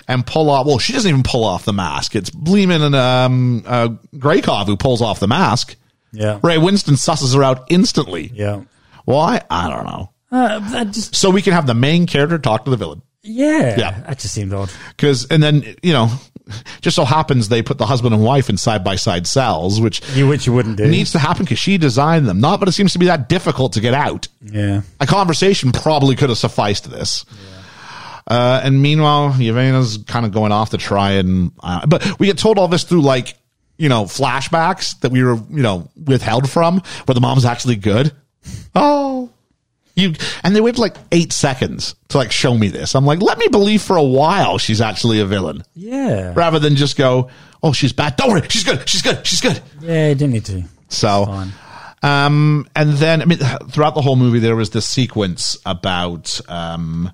Speaker 4: and pull off. Well, she doesn't even pull off the mask. It's Bleeman and um, uh, Graykov who pulls off the mask.
Speaker 5: Yeah,
Speaker 4: Ray Winston susses her out instantly.
Speaker 5: yeah.
Speaker 4: Why? I don't know.
Speaker 5: Uh, that just
Speaker 4: So we can have the main character talk to the villain.
Speaker 5: yeah,
Speaker 4: Yeah.
Speaker 5: That just seemed odd.
Speaker 4: Because, and then, you know, just so happens they put the husband and wife in side by side cells, which
Speaker 5: You which you wouldn't do.
Speaker 4: needs to happen because she designed them. Not that it seems to be that difficult to get out.
Speaker 5: yeah,
Speaker 4: A conversation probably could have sufficed this. Uh, and meanwhile, Yelena's kind of going off to try and, uh, but we get told all this through like, you know, flashbacks that we were, you know, withheld from where the mom's actually good. Oh, you, and they waited like eight seconds to like show me this. I'm like, let me believe for a while she's actually a villain
Speaker 5: yeah,
Speaker 4: rather than just go, oh, she's bad. Don't worry. She's good. She's good. She's good.
Speaker 5: yeah. You didn't need to.
Speaker 4: So,
Speaker 5: Fine.
Speaker 4: um, and then I mean, throughout the whole movie, there was this sequence about um,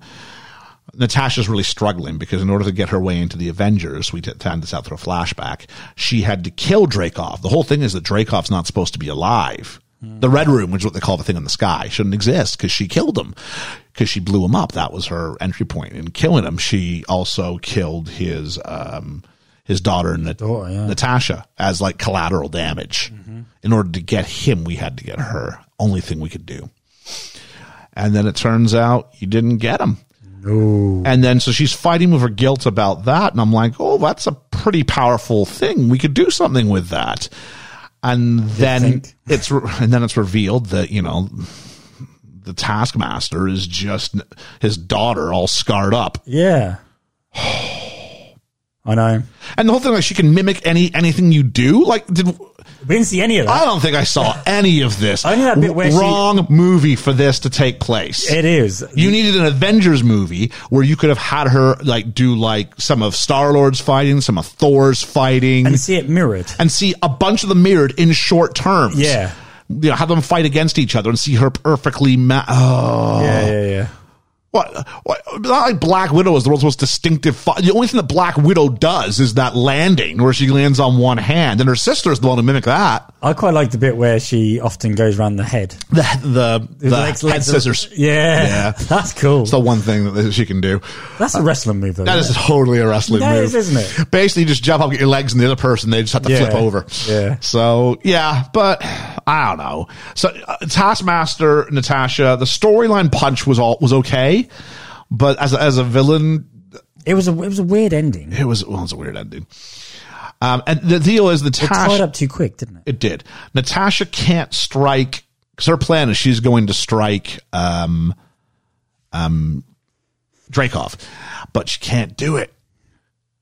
Speaker 4: Natasha's really struggling because in order to get her way into the Avengers, we did- found this out through a flashback. She had to kill Dracov. The whole thing is that Drakov's not supposed to be alive. The Red Room, which is what they call the thing in the sky, shouldn't exist because she killed him. Because she blew him up. That was her entry point in killing him. She also killed his um, his daughter, Nat-
Speaker 5: daughter, Oh, yeah. Mm-hmm.
Speaker 4: Natasha as like collateral damage. In order to get him, we had to get her. Only thing we could do. And then it turns out you didn't get him.
Speaker 5: No.
Speaker 4: And then so she's fighting with her guilt about that. And I'm like, oh, that's a pretty powerful thing. We could do something with that. And then
Speaker 5: think?
Speaker 4: it's re- and then it's revealed that, you know, the taskmaster is just his daughter all scarred up.
Speaker 5: Yeah. I know.
Speaker 4: And the whole thing like she can mimic any anything you do. Like did
Speaker 5: We didn't see any of
Speaker 4: I
Speaker 5: that.
Speaker 4: don't think I saw any of this.
Speaker 5: Only that bit where she-
Speaker 4: Wrong movie for this to take place.
Speaker 5: It is.
Speaker 4: Oh, You needed an Avengers movie where you could have had her like do like some of Star Lord's fighting, some of Thor's fighting,
Speaker 5: and
Speaker 4: and,
Speaker 5: see it mirrored.
Speaker 4: see a bunch of them mirrored in short terms.
Speaker 5: Yeah.
Speaker 4: You know, have them fight against each other and see her perfectly. Ma- oh,
Speaker 5: Yeah, yeah, yeah.
Speaker 4: What? what not like Black Widow is the world's most distinctive. Fo- the only thing that Black Widow does is that landing where she lands on one hand, and her sister is the one to mimic that.
Speaker 5: I quite like the bit where she often goes around the head.
Speaker 4: The the, the
Speaker 5: Legs-
Speaker 4: head
Speaker 5: legs are-
Speaker 4: scissors.
Speaker 5: Yeah,
Speaker 4: Yeah.
Speaker 5: that's cool.
Speaker 4: It's the one thing that she can do.
Speaker 5: that's a wrestling move, though.
Speaker 4: That is
Speaker 5: isn't
Speaker 4: totally a wrestling
Speaker 5: That
Speaker 4: move,
Speaker 5: is, isn't it?
Speaker 4: Basically, you just jump up, get your legs in the other person. They just have to
Speaker 5: Yeah.
Speaker 4: flip over.
Speaker 5: Yeah.
Speaker 4: So yeah, but I don't know. So uh, Taskmaster Natasha, the storyline punch was all was okay, but as a, as a villain,
Speaker 5: it? It was a it was a weird ending. It
Speaker 4: it was well, it was a weird ending. Um, and the deal is
Speaker 5: tied
Speaker 4: Natasha.
Speaker 5: up too quick, didn't it?
Speaker 4: It did. Natasha can't strike because her plan is she's going to strike um, um, Dracov, but she can't do it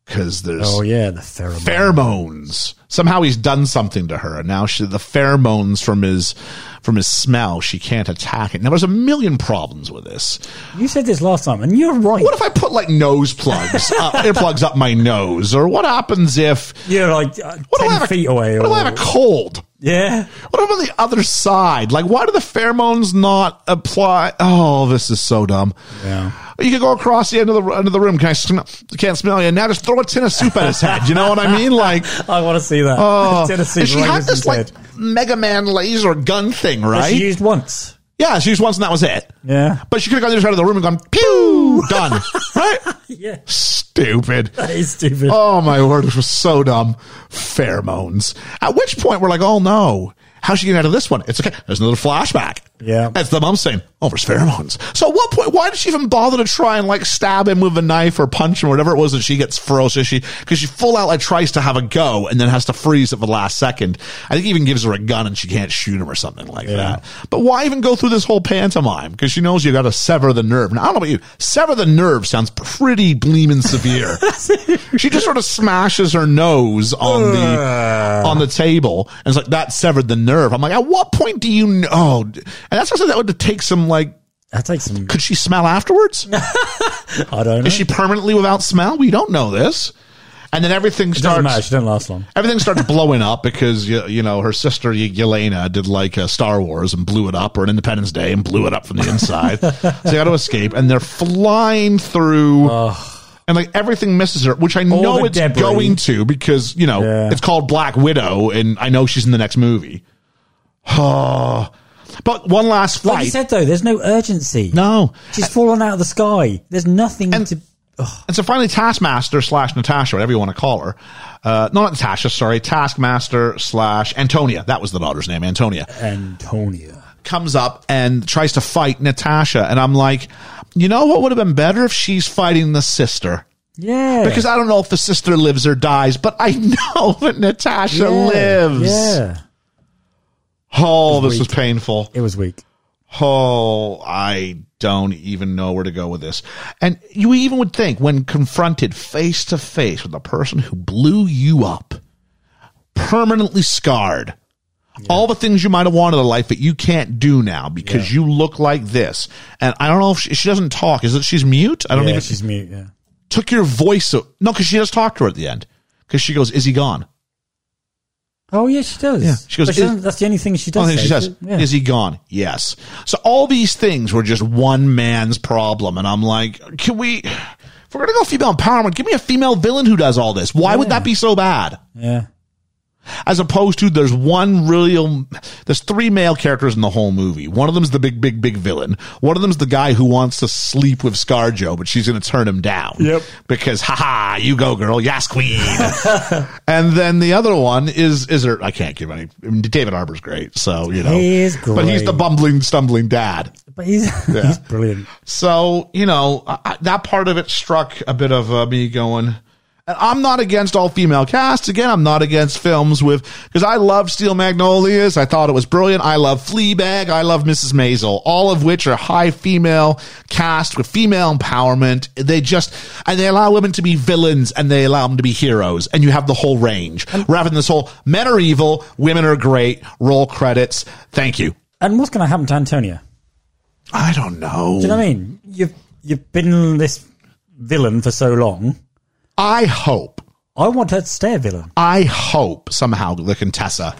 Speaker 4: because there's
Speaker 5: Oh yeah, the pheromone.
Speaker 4: pheromones. Somehow he's done something to her, and now she, the pheromones from his from his smell, she can't attack it. Now there's a million problems with this.
Speaker 5: you said this last time, and you're right.
Speaker 4: What if I put like nose plugs, uh, earplugs up my nose, or what happens if?
Speaker 5: you're like uh,
Speaker 4: What
Speaker 5: ten
Speaker 4: if I have
Speaker 5: feet
Speaker 4: a,
Speaker 5: away.
Speaker 4: What if
Speaker 5: or,
Speaker 4: I have a cold?
Speaker 5: yeah,
Speaker 4: What about the other side? Like, why do the pheromones not apply? Oh, this is so dumb.
Speaker 5: Yeah.
Speaker 4: You can go across the end of the end of the room. Can I smell? Can't smell you. Now just throw a tin of soup at his head. You know what I mean? Like,
Speaker 5: I want to see that.
Speaker 4: oh,
Speaker 5: Tennessee
Speaker 4: and she
Speaker 5: right
Speaker 4: had
Speaker 5: as
Speaker 4: this
Speaker 5: you
Speaker 4: like
Speaker 5: said.
Speaker 4: Mega Man laser gun thing,
Speaker 5: That
Speaker 4: right?
Speaker 5: she used once.
Speaker 4: yeah, she used once and that was it.
Speaker 5: Yeah,
Speaker 4: But she could have gone to the other side of the room and gone pew, done, right?
Speaker 5: yeah,
Speaker 4: Stupid.
Speaker 5: that is stupid.
Speaker 4: Oh my word, this was so dumb. Pheromones. At which point we're like, oh no, how's she getting out of this one? It's okay. There's another flashback.
Speaker 5: Yeah.
Speaker 4: That's the mom saying, oh, there's pheromones. So at what point, why did she even bother to try and like stab him with a knife or punch him or whatever it was that she gets ferocious? She, cause she full out like tries to have a go and then has to freeze at the last second. I think he even gives her a gun and she can't shoot him or something like that. But why even go through this whole pantomime? Cause she knows you gotta sever the nerve. Now I don't know about you. Sever the nerve sounds pretty bleeming severe. She just sort of smashes her nose on the on the table, and it's like that severed the nerve. I'm like, at what point do you know? Oh, d- and that's something that would take some like.
Speaker 5: that takes some.
Speaker 4: Could she smell afterwards?
Speaker 5: I don't know.
Speaker 4: Is she permanently without smell? We don't know this. And then everything
Speaker 5: it doesn't matter.
Speaker 4: starts.
Speaker 5: She didn't last long.
Speaker 4: Everything starts blowing up because you, you know her sister Y- Yelena did like uh, Star Wars and blew it up, or an Independence Day and blew it up from the inside. so they got to escape, and they're flying through, and like everything misses her, which I know
Speaker 5: the
Speaker 4: it's
Speaker 5: debris.
Speaker 4: going to because you know
Speaker 5: Yeah.
Speaker 4: it's called Black Widow, and I know she's in the next movie. Oh, but one last
Speaker 5: Like
Speaker 4: flight.
Speaker 5: you said though, there's no urgency.
Speaker 4: no,
Speaker 5: she's fallen out of the sky. There's nothing
Speaker 4: And-
Speaker 5: to.
Speaker 4: And so finally, Taskmaster slash Natasha, whatever you want to call her, uh, no, not Natasha, sorry, Taskmaster slash Antonia, that was the daughter's name, Antonia,
Speaker 5: Antonia.
Speaker 4: comes up and tries to fight Natasha. And I'm like, you know what would have been better if she's fighting the sister?
Speaker 5: Yeah.
Speaker 4: Because I don't know if the sister lives or dies, but I know that Natasha
Speaker 5: Yeah.
Speaker 4: lives.
Speaker 5: Yeah.
Speaker 4: Oh, this was painful.
Speaker 5: It was weak.
Speaker 4: Oh, I don't even know where to go with this. And you even would think when confronted face to face with the person who blew you up, permanently scarred, all the things you might have wanted in life that you can't do now because you look like this. And I don't know if she, she doesn't talk. Is it she's mute? I don't
Speaker 5: Yeah,
Speaker 4: even.
Speaker 5: she's mute. Yeah.
Speaker 4: took your voice. o- No, because she does talk to her at the end. Because she goes, "Is he gone?"
Speaker 5: Oh yeah, she does.
Speaker 4: Yeah, she goes,
Speaker 5: But she
Speaker 4: "Is-
Speaker 5: doesn't- that's the only thing she does.
Speaker 4: Only thing she
Speaker 5: say.
Speaker 4: says,
Speaker 5: Yeah.
Speaker 4: "Is Oh, he gone?" Yes. So all these things were just one man's problem, and I'm like, can we? If we're gonna go female empowerment, give me a female villain who does all this. Why would
Speaker 5: Yeah.
Speaker 4: that be so bad?
Speaker 5: yeah.
Speaker 4: As opposed to there's one real, there's three male characters in the whole movie. One of them's the big, big, big villain. One of them's the guy who wants to sleep with ScarJo, but she's gonna turn him down.
Speaker 5: Yep.
Speaker 4: Because haha, you go girl, yes queen. and then the other one is is there? I can't give any. I mean, David Arbor's great, so you know
Speaker 5: He is
Speaker 4: but he's the
Speaker 5: great.
Speaker 4: bumbling, stumbling dad.
Speaker 5: But he's, he's brilliant.
Speaker 4: So you know I, I- that part of it struck a bit of uh, me going. And I'm not against all female casts. Again, I'm not against films with because I love Steel Magnolias. I thought it was brilliant. I love Fleabag. I love Mrs. Maisel. All of which are high female cast with female empowerment. They just and they allow women to be villains and they allow them to be heroes. And you have the whole range rather than this whole men are evil, women are great. Roll credits. Thank you.
Speaker 5: And what's going to happen to Antonia?
Speaker 4: I don't know.
Speaker 5: Do you know what I mean? You've you've been this villain for so long.
Speaker 4: I hope,
Speaker 5: I want her to stay a villain.
Speaker 4: I hope somehow the Contessa,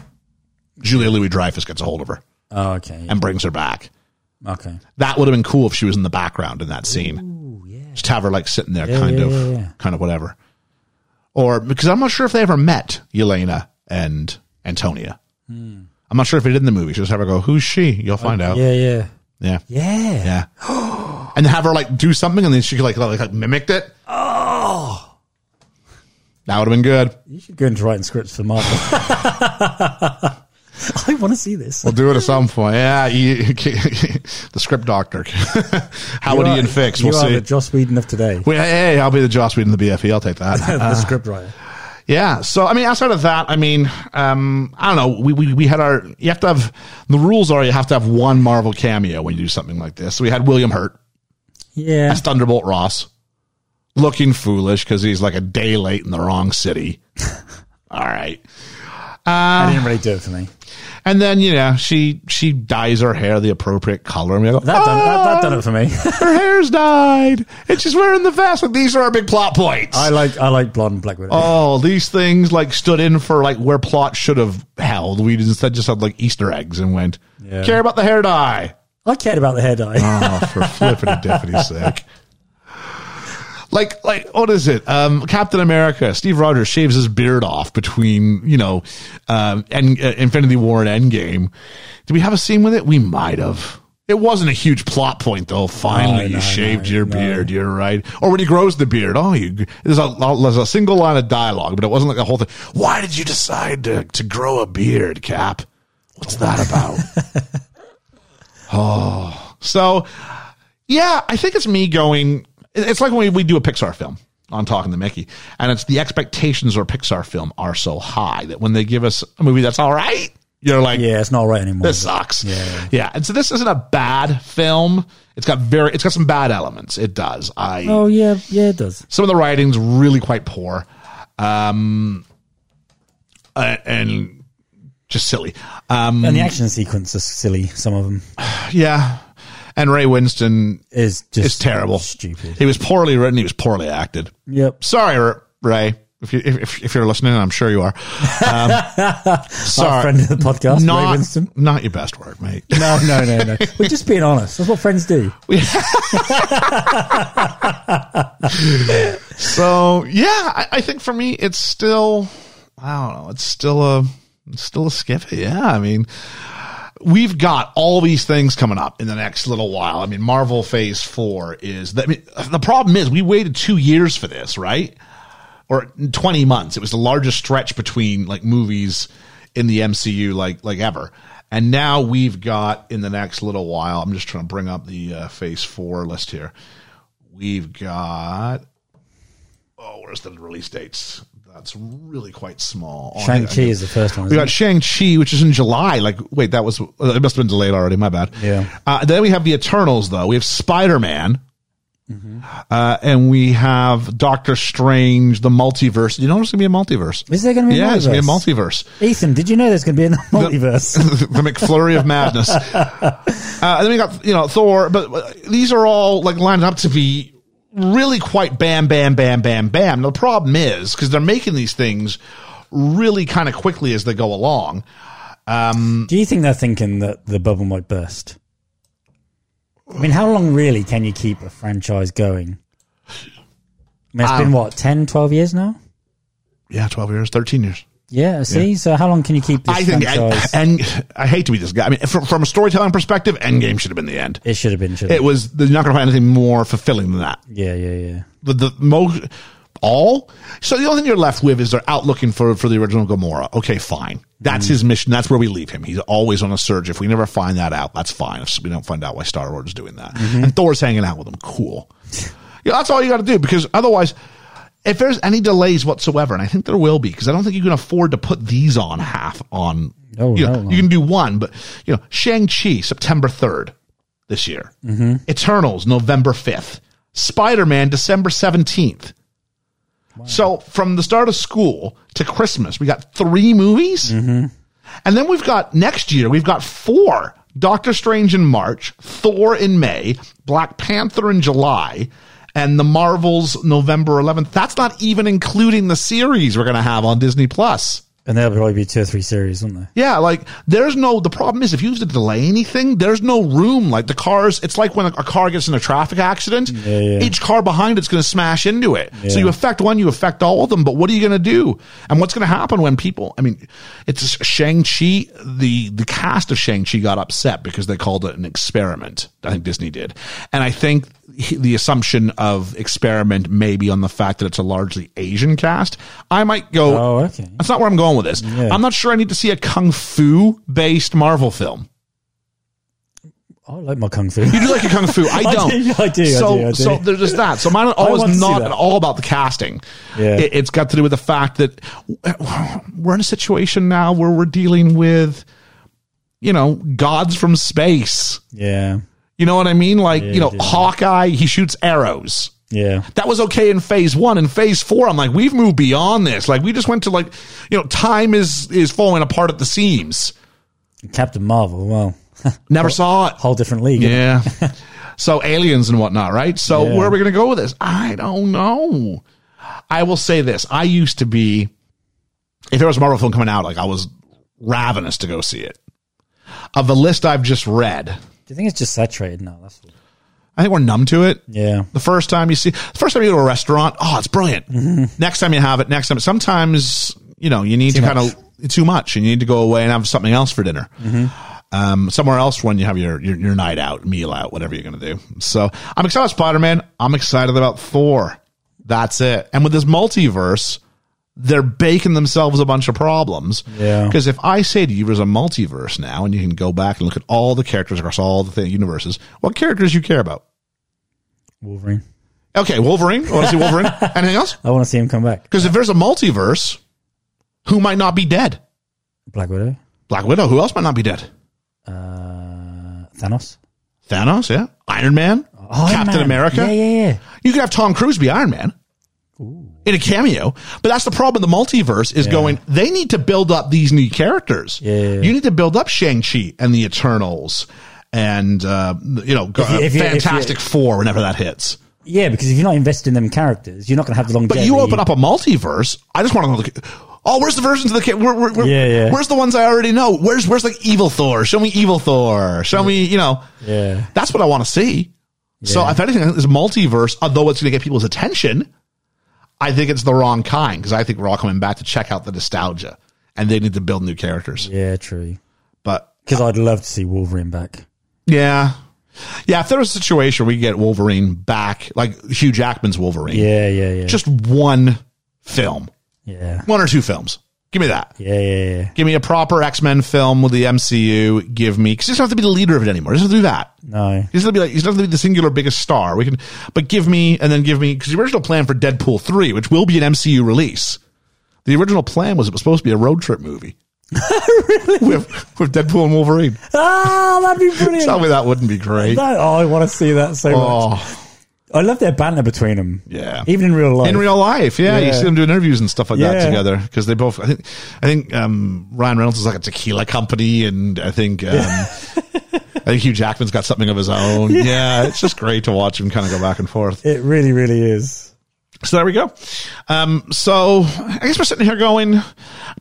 Speaker 4: Julia Louis Dreyfus gets a hold of her
Speaker 5: Oh, okay.
Speaker 4: and brings her back.
Speaker 5: Okay.
Speaker 4: That would have been cool if she was in the background in that scene. Just have her like sitting there,
Speaker 5: Yeah,
Speaker 4: kind
Speaker 5: yeah,
Speaker 4: of,
Speaker 5: yeah, yeah.
Speaker 4: kind of whatever. Or because I'm not sure if they ever met Yelena and Antonia. I'm not sure if they did in the movie. Just have her go, "Who's she?" You'll find out.
Speaker 5: Hmm. Oh, Yeah, yeah.
Speaker 4: yeah.
Speaker 5: Yeah.
Speaker 4: Yeah. and have her like do something and then she could like, like, like, mimicked it. Oh. That would have been good.
Speaker 5: You should go into writing scripts for Marvel. I want to see this.
Speaker 4: We'll do it at some point. Yeah. You, the script doctor. How would
Speaker 5: You are-
Speaker 4: Ian fix? We'll
Speaker 5: you are
Speaker 4: see.
Speaker 5: the Joss Whedon of today.
Speaker 4: Well, hey, I'll be the Joss Whedon of the BFE. I'll take that.
Speaker 5: the scriptwriter.
Speaker 4: yeah. So, I mean, outside of that, I mean, um, I don't know. We, we, we had our, you have to have, the rules are you have to have one Marvel cameo when you do something like this. So we had William Hurt.
Speaker 5: Yeah.
Speaker 4: That's Thunderbolt Ross looking foolish because he's like a day late in the wrong city. All right.
Speaker 5: I didn't really do it for me.
Speaker 4: And then, you know, she she dyes her hair the appropriate color. And we go,
Speaker 5: That done, that, that done
Speaker 4: "Ah,
Speaker 5: it for me.
Speaker 4: her hair's dyed. And she's wearing the vest. Like, these are our big plot points.
Speaker 5: I like I like blonde Black Widow.
Speaker 4: oh, these things like stood in for like where plot should have held. We instead just had like Easter eggs and went,
Speaker 5: Yeah.
Speaker 4: care about the hair dye.
Speaker 5: I cared about the hair dye.
Speaker 4: Oh, for flipping and diffity's sake. Like, like, what is it? Um, Captain America, Steve Rogers shaves his beard off between, you know, um, and uh, Infinity War and Endgame. Did we have a scene with it? We might have. It wasn't a huge plot point though. Finally,
Speaker 5: No,
Speaker 4: you
Speaker 5: no,
Speaker 4: shaved
Speaker 5: no,
Speaker 4: your
Speaker 5: no.
Speaker 4: beard. You're right. Or when he grows the beard, oh, you, there's a, there's a single line of dialogue, but it wasn't like the whole thing. Why did you decide to, to grow a beard, Cap? What's that about? So, yeah, I think it's me going. it- It's like when we, we do a Pixar film on Talking to Mickey, and it's the expectations of a Pixar film are so high that when they give us a movie that's all right, you're like,
Speaker 5: Yeah, it's not right anymore.
Speaker 4: this sucks. Yeah, And so this isn't a bad film. It's got very, it's got some bad elements. It does. I
Speaker 5: oh yeah, yeah it does.
Speaker 4: some of the writing's really quite poor, um, uh, and just silly. Um,
Speaker 5: And the action sequence is silly. Some of them
Speaker 4: yeah. And Ray Winston
Speaker 5: is just
Speaker 4: It's terrible.
Speaker 5: stupid.
Speaker 4: He was poorly written. He was poorly acted.
Speaker 5: Yep.
Speaker 4: Sorry, R- Ray. If you if, if you're listening, I'm sure you are. Um,
Speaker 5: Our friend
Speaker 4: sorry,
Speaker 5: of the podcast, Ray
Speaker 4: not
Speaker 5: Winston.
Speaker 4: not your best work, mate.
Speaker 5: No, no, no, no. We're just being honest. That's what friends do.
Speaker 4: So yeah, I, I think for me, it's still I don't know. It's still a it's still a skiffy. Yeah, I mean. We've got all these things coming up in the next little while. I mean, Marvel Phase Four is that. I mean, the problem is we waited two years for this, right? or 20 months. It was the largest stretch between like movies in the MCU like like ever. And now we've got in the next little while. I'm just trying to bring up the uh, Phase Four list here. We've got oh, where's the release dates? That's really quite small. Oh, I
Speaker 5: Shang
Speaker 4: think I
Speaker 5: Chi
Speaker 4: did-
Speaker 5: is the first one.
Speaker 4: we
Speaker 5: Isn't
Speaker 4: got
Speaker 5: it?
Speaker 4: Shang Chi, which is in July. Like, wait, that was uh, it must have been delayed already. My bad.
Speaker 5: Yeah.
Speaker 4: Uh, then we have the Eternals, though. We have Spider Man, uh, and we have Doctor Strange, the multiverse. You know, there's gonna be a multiverse.
Speaker 5: Is there going to be? A
Speaker 4: yeah,
Speaker 5: multiverse?
Speaker 4: there's gonna be a multiverse.
Speaker 5: Ethan, did you know there's going to be a multiverse?
Speaker 4: the McFlurry of madness. Uh, and then we got you know Thor, but uh, these are all like lined up to be really quite bam, bam, bam, bam, bam. Now, the problem is because they're making these things really kind of quickly as they go along.
Speaker 5: Do you think they're thinking that the bubble might burst? I mean, how long really can you keep a franchise going? I mean, it's
Speaker 4: Um,
Speaker 5: been what 10, 12 years now.
Speaker 4: Yeah, twelve years, thirteen years.
Speaker 5: Yeah, see, so how long can you keep this
Speaker 4: I think,
Speaker 5: franchise?
Speaker 4: and, and I hate to be this guy. I mean, from, from a storytelling perspective, Endgame should have been the end.
Speaker 5: it should have been. Should
Speaker 4: It was. You're not going to find anything more fulfilling than that.
Speaker 5: yeah, yeah, yeah.
Speaker 4: the, the most all. So the only thing you're left with is they're out looking for for the original Gamora. Okay, fine. That's his mission. That's where we leave him. He's always on a surge. If we never find that out, that's fine. If we don't find out why Star Lord is doing that,
Speaker 5: Mm-hmm.
Speaker 4: and Thor's hanging out with him, cool. You know, that's all you got to do because otherwise, if there's any delays whatsoever, and I think there will be, because I don't think you can afford to put these on half on.
Speaker 5: Oh,
Speaker 4: you, know,
Speaker 5: no.
Speaker 4: you can do one, but you know, Shang Chi September third this year. Eternals, November 5th. Spider Man, December 17th. So from the start of school to Christmas, we got three movies. Mm-hmm. And then we've got next year, we've got four Doctor Strange in March, Thor in May, Black Panther in July, and the Marvels November 11th. That's not even including the series we're going to have on Disney Plus.
Speaker 5: And there'll probably be two or three series, won't there?
Speaker 4: Yeah, like there's no. The problem is if you use it to delay anything, there's no room. Like the cars, it's like when a, a car gets in a traffic accident,
Speaker 5: yeah.
Speaker 4: each car behind it's going to smash into it. So
Speaker 5: Yeah.
Speaker 4: you affect one, you affect all of them. But what are you going to do? And what's going to happen when people? I mean, it's Shang Chi. The the cast of Shang Chi got upset because they called it an experiment. I think Disney did, and I think he- the assumption of experiment may be on the fact that it's a largely Asian cast. I might go.
Speaker 5: Oh, okay.
Speaker 4: That's not where I'm going with this. I'm not sure I need to see a kung fu based Marvel film.
Speaker 5: I like my kung fu.
Speaker 4: You do like a kung fu. I
Speaker 5: I
Speaker 4: don't.
Speaker 5: do, I do, I
Speaker 4: So,
Speaker 5: do, I do.
Speaker 4: so there's just that. So mine
Speaker 5: I want to
Speaker 4: always
Speaker 5: see
Speaker 4: not
Speaker 5: that.
Speaker 4: at all about the casting.
Speaker 5: Yeah.
Speaker 4: It, it's got to do with the fact that we're in a situation now where we're dealing with, you know, gods from space.
Speaker 5: yeah,
Speaker 4: You know what I mean? Like, you know,
Speaker 5: dude.
Speaker 4: Hawkeye, he shoots arrows.
Speaker 5: yeah.
Speaker 4: That was okay in phase one. In phase four, I'm like, we've moved beyond this. Like, we just went to like, you know, time is is falling apart at the seams.
Speaker 5: Captain Marvel. Well,
Speaker 4: Never saw it.
Speaker 5: whole different league.
Speaker 4: Yeah. so aliens and whatnot, right? So
Speaker 5: Yeah.
Speaker 4: where are we going to go with this? I don't know. I will say this: I used to be, if there was a Marvel film coming out, like I was ravenous to go see it. Of the list I've just read,
Speaker 5: Do you think it's just saturated now? That's all.
Speaker 4: I think we're numb to it.
Speaker 5: Yeah.
Speaker 4: The first time you see, the first time you go to a restaurant, oh, it's brilliant.
Speaker 5: Mm-hmm.
Speaker 4: Next time you have it, next time. Sometimes you know you need to kind
Speaker 5: much. Mm-hmm.
Speaker 4: of too much, and you need to go away and have something else for dinner. Um, somewhere else when you have your, your your night out, meal out, whatever you're gonna do. So I'm excited about Spider Man. I'm excited about Thor. That's it. And with this multiverse, they're baking themselves a bunch of problems.
Speaker 5: Yeah.
Speaker 4: Because if I say to you, there's a multiverse now, and you can go back and look at all the characters across all the th- universes, what characters you care about?
Speaker 5: Wolverine.
Speaker 4: Okay, Wolverine. I want to see Wolverine. Anything else?
Speaker 5: I want to see him come back.
Speaker 4: Because if there's a multiverse, who might not be dead?
Speaker 5: Black Widow.
Speaker 4: Black Widow. Who else might not be dead?
Speaker 5: Uh, Thanos.
Speaker 4: Thanos. Yeah. Iron Man.
Speaker 5: Iron
Speaker 4: Captain
Speaker 5: Man.
Speaker 4: America.
Speaker 5: Yeah, yeah, yeah.
Speaker 4: You could have Tom Cruise be Iron Man in a cameo. But that's the problem with the multiverse is going, they need to build up these new characters.
Speaker 5: Yeah, yeah, yeah.
Speaker 4: You need to build up Shang-Chi and the Eternals and, uh, you know,
Speaker 5: you- if you- if you-
Speaker 4: Fantastic Four whenever that hits.
Speaker 5: Yeah, because if you're not invested in them characters, you're not going to have the
Speaker 4: But
Speaker 5: longevity.
Speaker 4: you open up a multiverse. I just want to look. at- Oh, where's the versions of the kid? Where, where, where-
Speaker 5: Yeah, yeah.
Speaker 4: Where's the ones I already know? Where's where's like evil Thor? Show me evil Thor. Show me, you know.
Speaker 5: Yeah.
Speaker 4: That's what I want to see. So if anything, this multiverse, although it's going to get people's attention, I think it's the wrong kind because I think we're all coming back to check out the nostalgia, and they need to build new characters.
Speaker 5: Yeah, true.
Speaker 4: But
Speaker 5: Because I'd love to see Wolverine back.
Speaker 4: yeah, yeah. If there was a situation where we get Wolverine back, like Hugh Jackman's Wolverine,
Speaker 5: Yeah, yeah, yeah.
Speaker 4: just one film,
Speaker 5: yeah.
Speaker 4: one or two films. Give me that.
Speaker 5: Yeah, yeah, yeah.
Speaker 4: Give me a proper X Men film with the MCU. Give me because he doesn't have to be the leader of it anymore. He doesn't have to do that.
Speaker 5: No.
Speaker 4: He doesn't have to be like he doesn't have to be the singular biggest star. We can, but give me and then give me because the original plan for Deadpool three, which will be an MCU release, the original plan was it was supposed to be a road trip movie. with, with Deadpool and Wolverine.
Speaker 5: Ah, that'd be brilliant.
Speaker 4: Tell me that wouldn't be great.
Speaker 5: No, oh, I want to see that so much.
Speaker 4: Oh,
Speaker 5: I love their banter between them.
Speaker 4: Yeah.
Speaker 5: Even in real life.
Speaker 4: in real life, yeah, you
Speaker 5: Yeah.
Speaker 4: see them doing interviews and stuff like that
Speaker 5: Yeah.
Speaker 4: together because they both. I think, I think um, Ryan Reynolds is like a tequila company, and I think um, I think Hugh Jackman's got something of his own. Yeah. it's just great to watch him kind of go back and forth.
Speaker 5: It really, really is.
Speaker 4: So there we go. Um, so I guess we're sitting here going a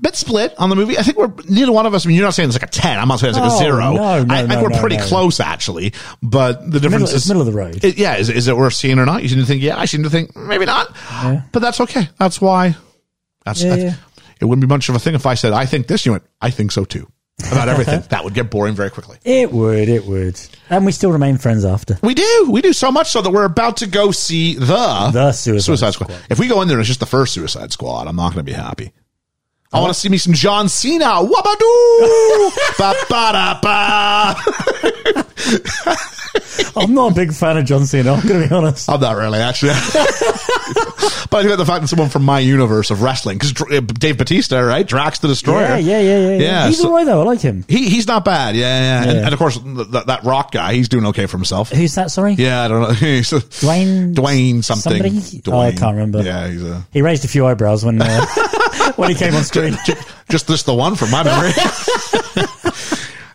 Speaker 4: bit split on the movie. I think we're neither one of us. I mean, you're not saying it's like a ten. I'm not saying it's like a
Speaker 5: No,
Speaker 4: zero.
Speaker 5: Oh, no, no,
Speaker 4: I, I think
Speaker 5: no,
Speaker 4: we're
Speaker 5: no,
Speaker 4: pretty
Speaker 5: no.
Speaker 4: close actually, but the difference
Speaker 5: Middle,
Speaker 4: is
Speaker 5: it's middle of the road.
Speaker 4: it, yeah, is, is it worth seeing or not? You seem to think, yeah. I seem to think maybe not, but that's okay. That's why. That's,
Speaker 5: Yeah,
Speaker 4: that's-
Speaker 5: yeah.
Speaker 4: it. Wouldn't be much of a thing if I said I think this. You went, I think so too. About everything. that would get boring very quickly.
Speaker 5: It would, it would. And we still remain friends after.
Speaker 4: We do. We do so much so that we're about to go see the
Speaker 5: The Suicide
Speaker 4: Squad. If we go in there and it's just the first Suicide Squad, I'm not going to be happy. I want to see me some John Cena. Wabadoo! ba ba da ba.
Speaker 5: I'm not a big fan of John Cena, I'm going to be honest.
Speaker 4: I'm not really actually. but I think about the fact that someone from my universe of wrestling, because Dave Batista, right, Drax the Destroyer.
Speaker 5: Yeah, yeah, yeah, yeah.
Speaker 4: Yeah,
Speaker 5: He's
Speaker 4: so-
Speaker 5: all right, though. I like him.
Speaker 4: He he's not bad. Yeah, yeah. And,
Speaker 5: Yeah.
Speaker 4: and of course, th- that Rock guy, he's doing okay for himself.
Speaker 5: Who's that, sorry?
Speaker 4: Yeah, I don't know. He's a-
Speaker 5: Dwayne-
Speaker 4: Dwayne something.
Speaker 5: somebody?
Speaker 4: Dwayne.
Speaker 5: Oh, I can't remember.
Speaker 4: Yeah, he's a.
Speaker 5: He raised a few eyebrows when uh, when he came on screen.
Speaker 4: Ju- just this the one from my memory.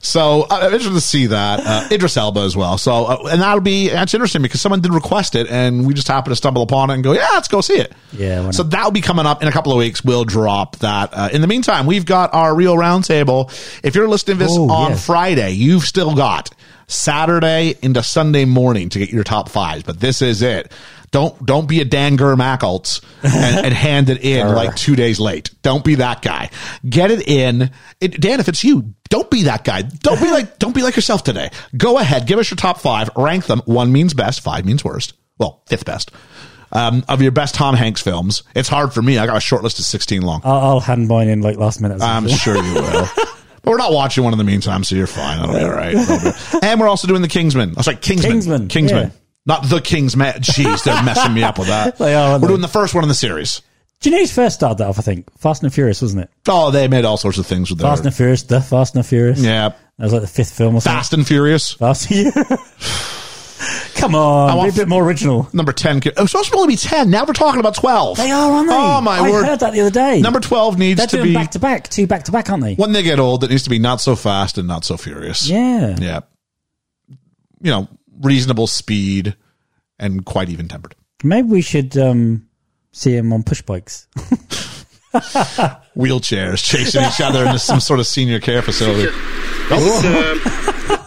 Speaker 4: So uh, I'm interested to see that uh, Idris Elba as well. So uh, and that'll be that's interesting because someone did request it and we just happened to stumble upon it and go yeah let's go see it.
Speaker 5: Yeah, why
Speaker 4: So
Speaker 5: not?
Speaker 4: that'll be coming up in a couple of weeks. We'll drop that. Uh, in the meantime, we've got our real roundtable. If you're listening to this
Speaker 5: Oh,
Speaker 4: on
Speaker 5: yes.
Speaker 4: Friday, you've still got Saturday into Sunday morning to get your top fives. But this is it. Don't don't be a Danger Mackoltz and, and hand it in like two days late. Don't be that guy. Get it in, it, Dan. If it's you, don't be that guy. Don't be like don't be like yourself today. Go ahead, give us your top five, rank them. One means best, five means worst. Well, fifth best um, of your best Tom Hanks films. It's hard for me. I got a short list of sixteen long.
Speaker 5: I'll, I'll hand mine in like last minute. or
Speaker 4: I'm
Speaker 5: something.
Speaker 4: sure you will. But we're not watching one in the meantime, so you're fine. That'll be all right. That'll be- And we're also doing the Oh, Kingsman. I was like Kingsman.
Speaker 5: Kingsman,
Speaker 4: Kingsman.
Speaker 5: yeah.
Speaker 4: Not the Kingsman. Jeez, they're messing me up with that.
Speaker 5: They are, aren't
Speaker 4: We're
Speaker 5: they?
Speaker 4: doing the first one in the series.
Speaker 5: Do you know who first started that off? I think Fast and Furious, wasn't it?
Speaker 4: Oh, they made all sorts of things with their
Speaker 5: Fast and Furious, the Fast and Furious.
Speaker 4: Yeah.
Speaker 5: that was like the fifth film or something.
Speaker 4: Fast and Furious.
Speaker 5: Fast, yeah. Come on,
Speaker 4: want-
Speaker 5: be a bit more original.
Speaker 4: Number ten. It was supposed to only be ten. Now we're talking about twelve.
Speaker 5: They are, aren't they?
Speaker 4: Oh my
Speaker 5: I
Speaker 4: word!
Speaker 5: heard that the other day.
Speaker 4: Number twelve needs
Speaker 5: They're
Speaker 4: to
Speaker 5: doing
Speaker 4: be
Speaker 5: back to back, two back to back, aren't they?
Speaker 4: when they get old. It needs to be not so fast and not so furious.
Speaker 5: Yeah.
Speaker 4: Yeah. You know, reasonable speed and quite even tempered.
Speaker 5: Maybe we should um, see him on push bikes.
Speaker 4: Wheelchairs chasing each other into some sort of senior care facility. Oh.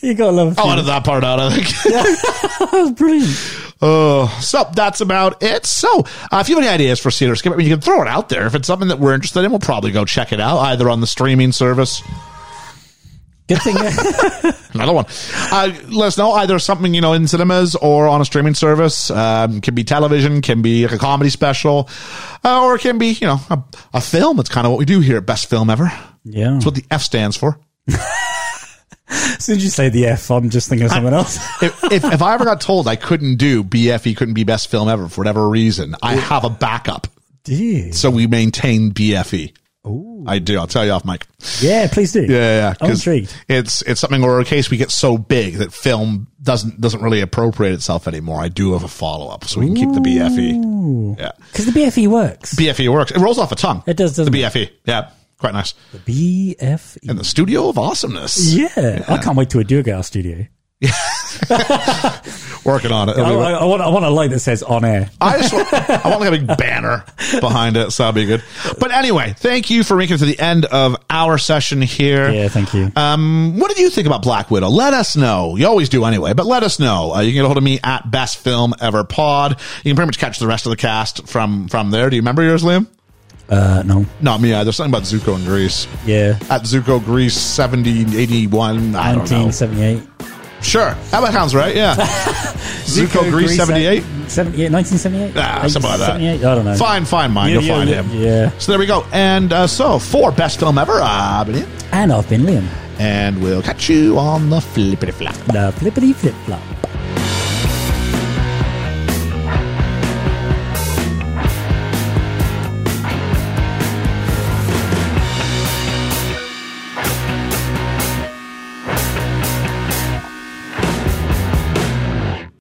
Speaker 5: you got to love.
Speaker 4: I'll edit that part out, Oh, I think.
Speaker 5: That's brilliant.
Speaker 4: Oh, so that's about it. So, uh, if you have any ideas for Cedar Skip, I mean, you can throw it out there. If it's something that we're interested in, we'll probably go check it out, either on the streaming service.
Speaker 5: Good thing. uh,
Speaker 4: Another one. Uh, let us know either something you know in cinemas or on a streaming service. Um, can be television, can be like a comedy special, uh, or it can be you know a, a film. It's kind of what we do here at Best Film Ever.
Speaker 5: yeah.
Speaker 4: That's what the F stands for.
Speaker 5: As soon as you say the F, I'm just thinking of someone else.
Speaker 4: If, if, if I ever got told I couldn't do BFE, couldn't be Best Film Ever for whatever reason, I have a backup.
Speaker 5: Do you?
Speaker 4: So we maintain BFE. I do. I'll tell you off, Mike.
Speaker 5: Yeah, please do.
Speaker 4: Yeah, yeah, yeah.
Speaker 5: I'm
Speaker 4: 'cause
Speaker 5: intrigued.
Speaker 4: It's it's something where in case we get so big that film doesn't doesn't really appropriate itself anymore. I do have a follow up, so we can keep the BFE. Yeah,
Speaker 5: Because the BFE works.
Speaker 4: BFE works. It rolls off a tongue.
Speaker 5: It does,
Speaker 4: The
Speaker 5: doesn't it?
Speaker 4: BFE. Yeah, quite nice.
Speaker 5: The BFE.
Speaker 4: And the studio of awesomeness.
Speaker 5: yeah. I can't wait till we do get our studio.
Speaker 4: Working on it.
Speaker 5: I,
Speaker 4: It'll be-
Speaker 5: Oh, I, I want, I want a light that says on air.
Speaker 4: I just want, I want like a big banner behind it, so that'd be good. But anyway, thank you for making it to the end of our session here.
Speaker 5: Yeah, thank you.
Speaker 4: Um, what did you think about Black Widow? Let us know. You always do anyway, but let us know. Uh, you can get a hold of me at Best Film Ever Pod. You can pretty much catch the rest of the cast from from there. Do you remember yours, Liam?
Speaker 5: Uh, no.
Speaker 4: Not me either. Something about Zuko and Greece.
Speaker 5: Yeah.
Speaker 4: At Zuko Greece 70, 81, I don't know.
Speaker 5: 1978.
Speaker 4: Sure. That about sounds right, yeah. Zuko Greece 78.
Speaker 5: 78 1978?
Speaker 4: Ah, something like that.
Speaker 5: 78? uh, I don't know.
Speaker 4: Fine, fine, mine.
Speaker 5: Yeah,
Speaker 4: You'll
Speaker 5: yeah,
Speaker 4: find
Speaker 5: yeah,
Speaker 4: him.
Speaker 5: yeah.
Speaker 4: So there we go. And uh, so for Best Film Ever, uh, I've been Ian,
Speaker 5: And I've been Liam.
Speaker 4: and we'll catch you on the flippity flap.
Speaker 5: The flippity flip flop.